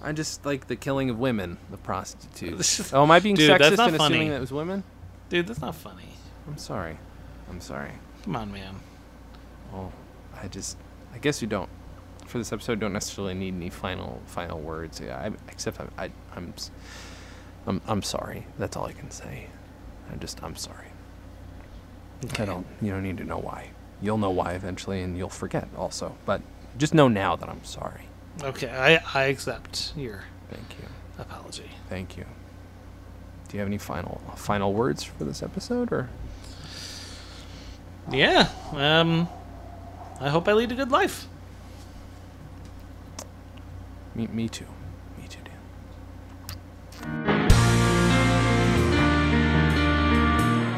C: I just like the killing of women, the prostitutes. oh, am I being
A: Dude,
C: sexist
A: that's
C: and
A: not funny.
C: assuming that was women?
A: Dude, that's not funny.
C: I'm sorry. I'm sorry.
A: Come on, man.
C: Oh, I just I guess you don't. For this episode, don't necessarily need any final final words. Yeah, I, except I'm I, I'm, s- I'm I'm sorry. That's all I can say. I just I'm sorry. I don't. You don't need to know why. You'll know why eventually, and you'll forget also. But just know now that I'm sorry.
A: Okay, I, I accept your
C: Thank you.
A: apology.
C: Thank you. Do you have any final final words for this episode, or
A: Yeah. Um I hope I lead a good life.
C: me me too, me too, Dan.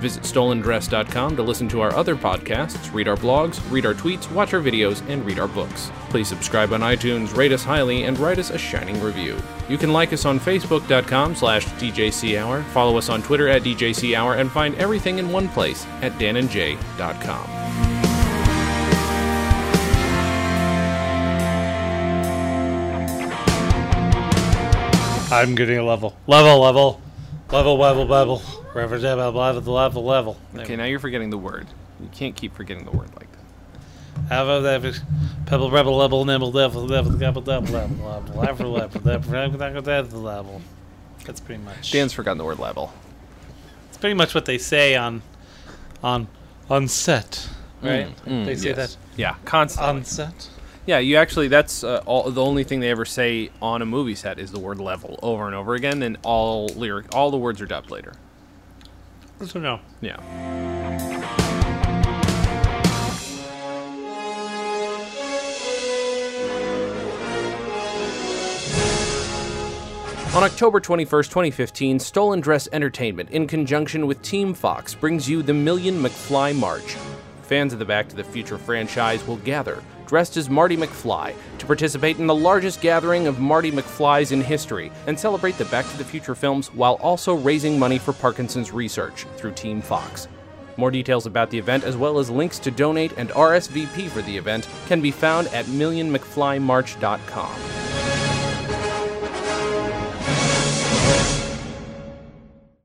C: Visit stolendress.com to listen to our other podcasts, read our blogs, read our tweets, watch our videos, and read our books. Please subscribe on iTunes, rate us highly, and write us a shining review. You can like us on facebook.com slash DJC Hour, follow us on Twitter at DJC Hour, and find everything in one place at danandjay.com.
A: I'm getting a level. Level, level. Level, level, level. Wherever level, level, level, level.
C: now you're forgetting the word. You can't keep forgetting the word like that.
A: Have a- have a- Pebble, rebel, level, nimble, devil, devil, devil, devil, level, level, level, level, level, level, level, level, level. That's pretty much.
C: Dan's forgotten the word level.
A: It's pretty much what they say on, on, on set, right? they say
C: yes.
A: that
C: Yeah, constantly.
A: on set.
C: Yeah, you actually that's uh, all the only thing they ever say on a movie set is the word level over and over again and all lyric all the words are dubbed later.
A: So no.
C: Yeah. On October 21st, 2015, Stolen Dress Entertainment, in conjunction with Team Fox, brings you the Million McFly March. Fans of the Back to the Future franchise will gather, dressed as Marty McFly, to participate in the largest gathering of Marty McFlys in history and celebrate the Back to the Future films while also raising money for Parkinson's research through Team Fox. More details about the event, as well as links to donate and RSVP for the event, can be found at millionmcflymarch.com.